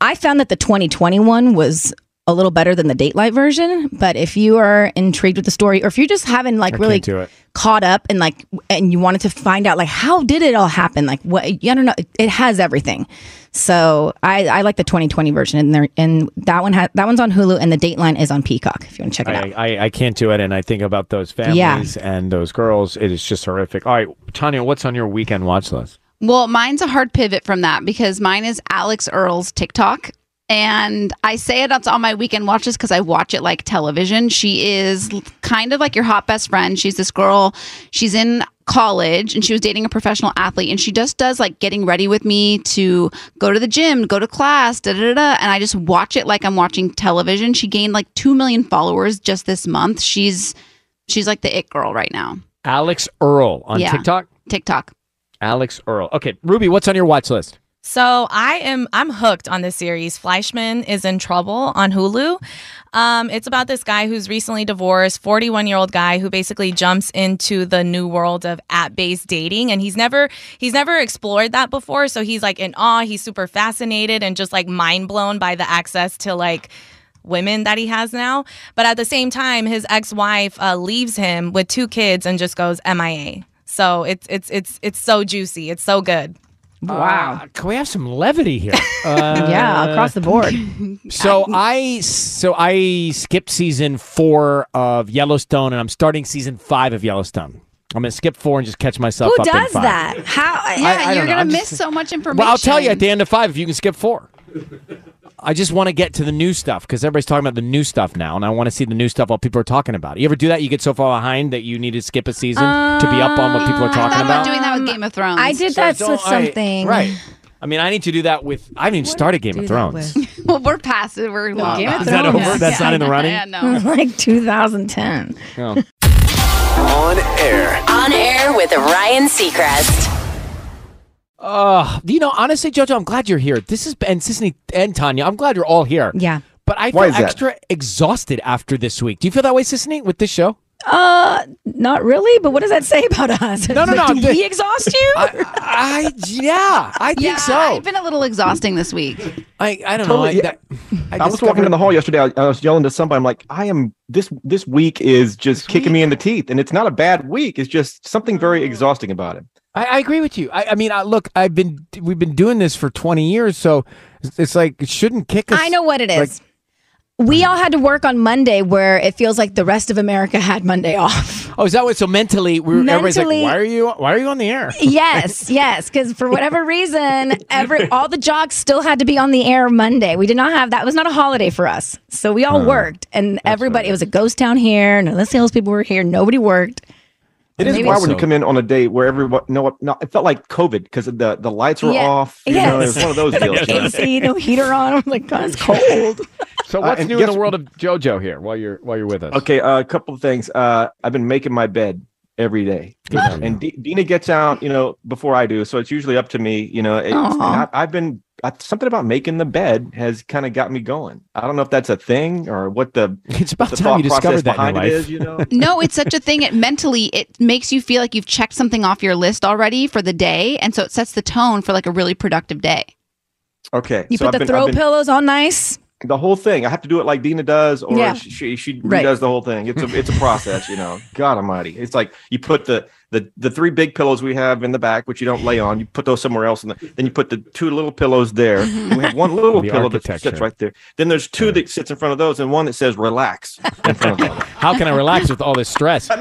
Speaker 6: I found that the 2021 was a little better than the Dateline version. But if you are intrigued with the story, or if you're just having like
Speaker 4: I
Speaker 6: really
Speaker 4: can't do it.
Speaker 6: caught up and like and you wanted to find out like how did it all happen like what i don't know it, it has everything so i i like the 2020 version and there and that one has that one's on hulu and the dateline is on peacock if you want to check it out
Speaker 4: I, I, I can't do it, and I think about those families and those girls. It is just horrific. All right, Tanya, what's on your weekend watch list?
Speaker 5: Well, mine's a hard pivot from that because mine is Alex Earl's TikTok. And I say it on my weekend watches because I watch it like television. She is l- kind of like your hot best friend. She's this girl, she's in college and she was dating a professional athlete and she just does like getting ready with me to go to the gym, go to class, da da da. da. And I just watch it like I'm watching television. She gained like 2 million followers just this month. She's she's like the it girl right now.
Speaker 4: Alex Earl on
Speaker 5: Yeah.
Speaker 4: TikTok.
Speaker 5: TikTok.
Speaker 4: Alex Earl. Okay, Ruby, what's on your watch list?
Speaker 20: So I am I'm hooked on this series. Fleischman is in trouble on Hulu. Um, it's about this guy who's recently divorced, 41 year old guy who basically jumps into the new world of app based dating, and he's never he's never explored that before. So he's like in awe. He's super fascinated and just like mind blown by the access to like women that he has now. But at the same time, his ex wife uh, leaves him with two kids and just goes MIA. So it's it's it's it's so juicy. It's so good.
Speaker 4: Uh, can we have some levity here? Uh,
Speaker 20: Yeah, across the board.
Speaker 4: So I so I skipped season four of Yellowstone, and I'm starting season five of Yellowstone. I'm gonna skip four and just catch myself.
Speaker 6: who
Speaker 4: up in
Speaker 6: does
Speaker 4: five.
Speaker 6: that how
Speaker 5: Yeah,
Speaker 4: I
Speaker 5: you're
Speaker 4: don't know.
Speaker 5: gonna
Speaker 4: I'm
Speaker 5: miss
Speaker 4: just-
Speaker 5: so much information.
Speaker 4: Well, I'll tell you at the end of five if you can skip four. I just want to get to the new stuff because everybody's talking about the new stuff now, and I want to see the new stuff while people are talking about it. You ever do that? You get so far behind that you need to skip a season to be up on what people are talking
Speaker 5: Um, I'm
Speaker 4: about.
Speaker 5: doing that with Game of Thrones.
Speaker 6: i did that with something
Speaker 4: right? I mean, I need to do that with. I haven't even started Game of Thrones.
Speaker 5: well, we're past it. We're long
Speaker 6: Game of
Speaker 5: gone.
Speaker 4: Is that Thrones. over? That's not in the running?
Speaker 5: Yeah, no.
Speaker 6: like 2010.
Speaker 4: Oh.
Speaker 19: On air. On air with Ryan Seacrest.
Speaker 4: Uh, you know, honestly, Jojo, I'm glad you're here. This is and Sisney and Tanya. I'm glad you're all here.
Speaker 6: Yeah.
Speaker 4: But I feel
Speaker 6: Why is that?
Speaker 4: extra exhausted after this week. Do you feel that way, Sisney, with this show?
Speaker 6: Uh, not really. But what does that say about us?
Speaker 4: No, no, no,
Speaker 6: Did
Speaker 4: the-
Speaker 6: we exhaust you?
Speaker 4: I, yeah, I
Speaker 5: think so. I've been a little exhausting this week.
Speaker 4: I I
Speaker 5: don't
Speaker 9: Totally, yeah. I, was walking in the hall yesterday. I, I was yelling to somebody. I'm like, I am this. This week is just kicking me in the teeth, and it's not a bad week. It's just something
Speaker 4: Mm.
Speaker 9: very exhausting about it.
Speaker 4: I, I agree with you. I, I mean, I, look, I've been we've been doing this for 20 years, so it's, it's like it shouldn't kick us.
Speaker 6: I know what it
Speaker 4: like-
Speaker 6: is. we all had to work on Monday, where it feels like the rest of America had Monday off.
Speaker 4: oh, is that what? So mentally, we were, everybody's like,
Speaker 6: Mentally-
Speaker 4: why are you why are you on the air?
Speaker 6: yes, yes, because for whatever reason, every all the jocks still had to be on the air Monday. We did not have that was not a holiday for us, so we all
Speaker 9: Oh,
Speaker 6: worked, and everybody. It was a ghost town here. None of the salespeople were here. Nobody worked.
Speaker 9: It is
Speaker 6: Maybe
Speaker 9: wild
Speaker 6: it's-
Speaker 9: when you come in on a day where everyone no, no it felt like COVID because the the lights were
Speaker 6: Yeah.
Speaker 9: off. You know, it was
Speaker 6: Yes.
Speaker 9: one of those
Speaker 6: Like,
Speaker 9: deals. you know?
Speaker 6: AC, no heater on. I'm like, God, it's cold.
Speaker 4: So
Speaker 9: Uh,
Speaker 4: what's
Speaker 9: and
Speaker 4: new in
Speaker 9: guess-
Speaker 4: the world of JoJo here while you're while you're with us?
Speaker 9: Okay, uh, a couple of things. Uh, I've been making my bed every day, you know, and D- Dina gets out, you know, before I do, so it's usually up to me, you know. It,
Speaker 6: Aw.
Speaker 9: and I, I've been I, something about making the bed has kind of got me going. I don't know if that's a thing or what the
Speaker 4: it's about
Speaker 9: the
Speaker 4: time
Speaker 9: thought
Speaker 4: you discovered
Speaker 9: process
Speaker 4: that in your
Speaker 9: behind it
Speaker 4: life.
Speaker 9: is, you know.
Speaker 5: no, it's such a thing. It mentally it makes you feel like you've checked something off your list already for the day, and so it sets the tone for like a really productive day.
Speaker 9: Okay,
Speaker 6: You
Speaker 9: so
Speaker 6: put
Speaker 9: I've
Speaker 6: the
Speaker 9: been- I've
Speaker 6: throw
Speaker 9: been-
Speaker 6: pillows on nice.
Speaker 9: the whole thing. I have to do it like Dina does, or
Speaker 6: Yeah.
Speaker 9: she, she she
Speaker 6: Right.
Speaker 9: redoes the whole thing. It's a it's a process, you know. God Almighty, it's like you put the the the three big pillows we have in the back, which you don't lay on. You put those somewhere else, and then you put the two little pillows there.
Speaker 6: Mm-hmm.
Speaker 9: And we have one little
Speaker 4: The
Speaker 9: pillow that sits
Speaker 4: architecture.
Speaker 9: right there. Then there's two that sits in front of those, and one that says relax in front of them.
Speaker 4: How can I relax with all this stress? Uh, I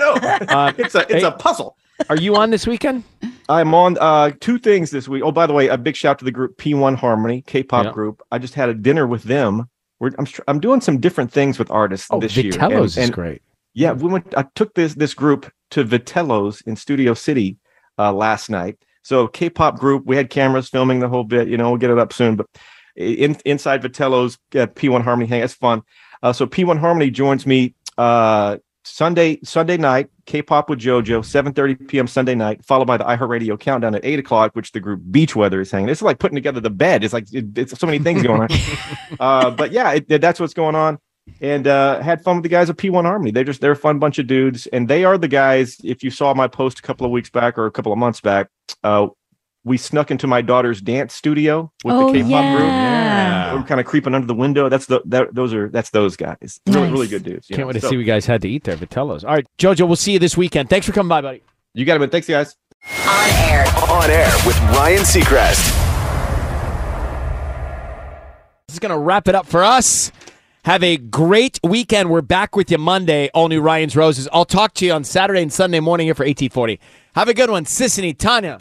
Speaker 9: know. it's a it's a puzzle.
Speaker 4: Are you on this weekend?
Speaker 9: I'm on uh, two things this week. Oh, by the way, a big shout to the group P1 Harmony, K-pop
Speaker 4: Yeah.
Speaker 9: group. I just had a dinner with them. We're, I'm str- I'm doing some different things with artists
Speaker 4: Oh,
Speaker 9: this year.
Speaker 4: Vitello's is great.
Speaker 9: Yeah, we went. I took this this group to Vitello's in Studio City uh, last night. So K-pop group, we had cameras filming the whole bit. You know, we'll get it up soon. But in, inside Vitello's uh, P1 Harmony hang, it's fun. Uh, so P1 Harmony joins me uh, Sunday Sunday night. K-pop with JoJo, 7:30 p.m. Sunday night, followed by the iHeartRadio countdown at eight o'clock, which the group Beach Weather is hanging. It's like putting together the bed. It's like it- it's so many things going on. uh, but yeah, it, that's what's going on. And uh, had fun with the guys at P1 Harmony. They're just they're a fun bunch of dudes, and they are the guys. If you saw my post a couple of weeks back or a couple of months back, uh, we snuck into my daughter's dance studio with
Speaker 6: Oh,
Speaker 9: the K-pop group.
Speaker 6: yeah.
Speaker 9: We We're kind of creeping under the window. That's the that, those are that's those guys. Really,
Speaker 4: Nice.
Speaker 9: really good dudes. you
Speaker 4: Can't
Speaker 9: know,
Speaker 4: wait to
Speaker 9: so-
Speaker 4: see what you guys had to eat there, Vitello's. All right, JoJo, we'll see you this weekend. Thanks for coming by, buddy.
Speaker 9: You got it, man. Thanks, guys.
Speaker 19: On air.
Speaker 16: On air with Ryan Seacrest.
Speaker 4: This is going to wrap it up for us. Have a great weekend. We're back with you Monday. All new Ryan's Roses. I'll talk to you on Saturday and Sunday morning here for 1840. Have a good one. Sissany, Tanya,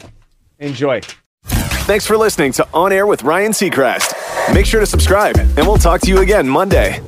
Speaker 4: enjoy.
Speaker 16: Thanks for listening to On Air with Ryan Seacrest. Make sure to subscribe, and we'll talk to you again Monday.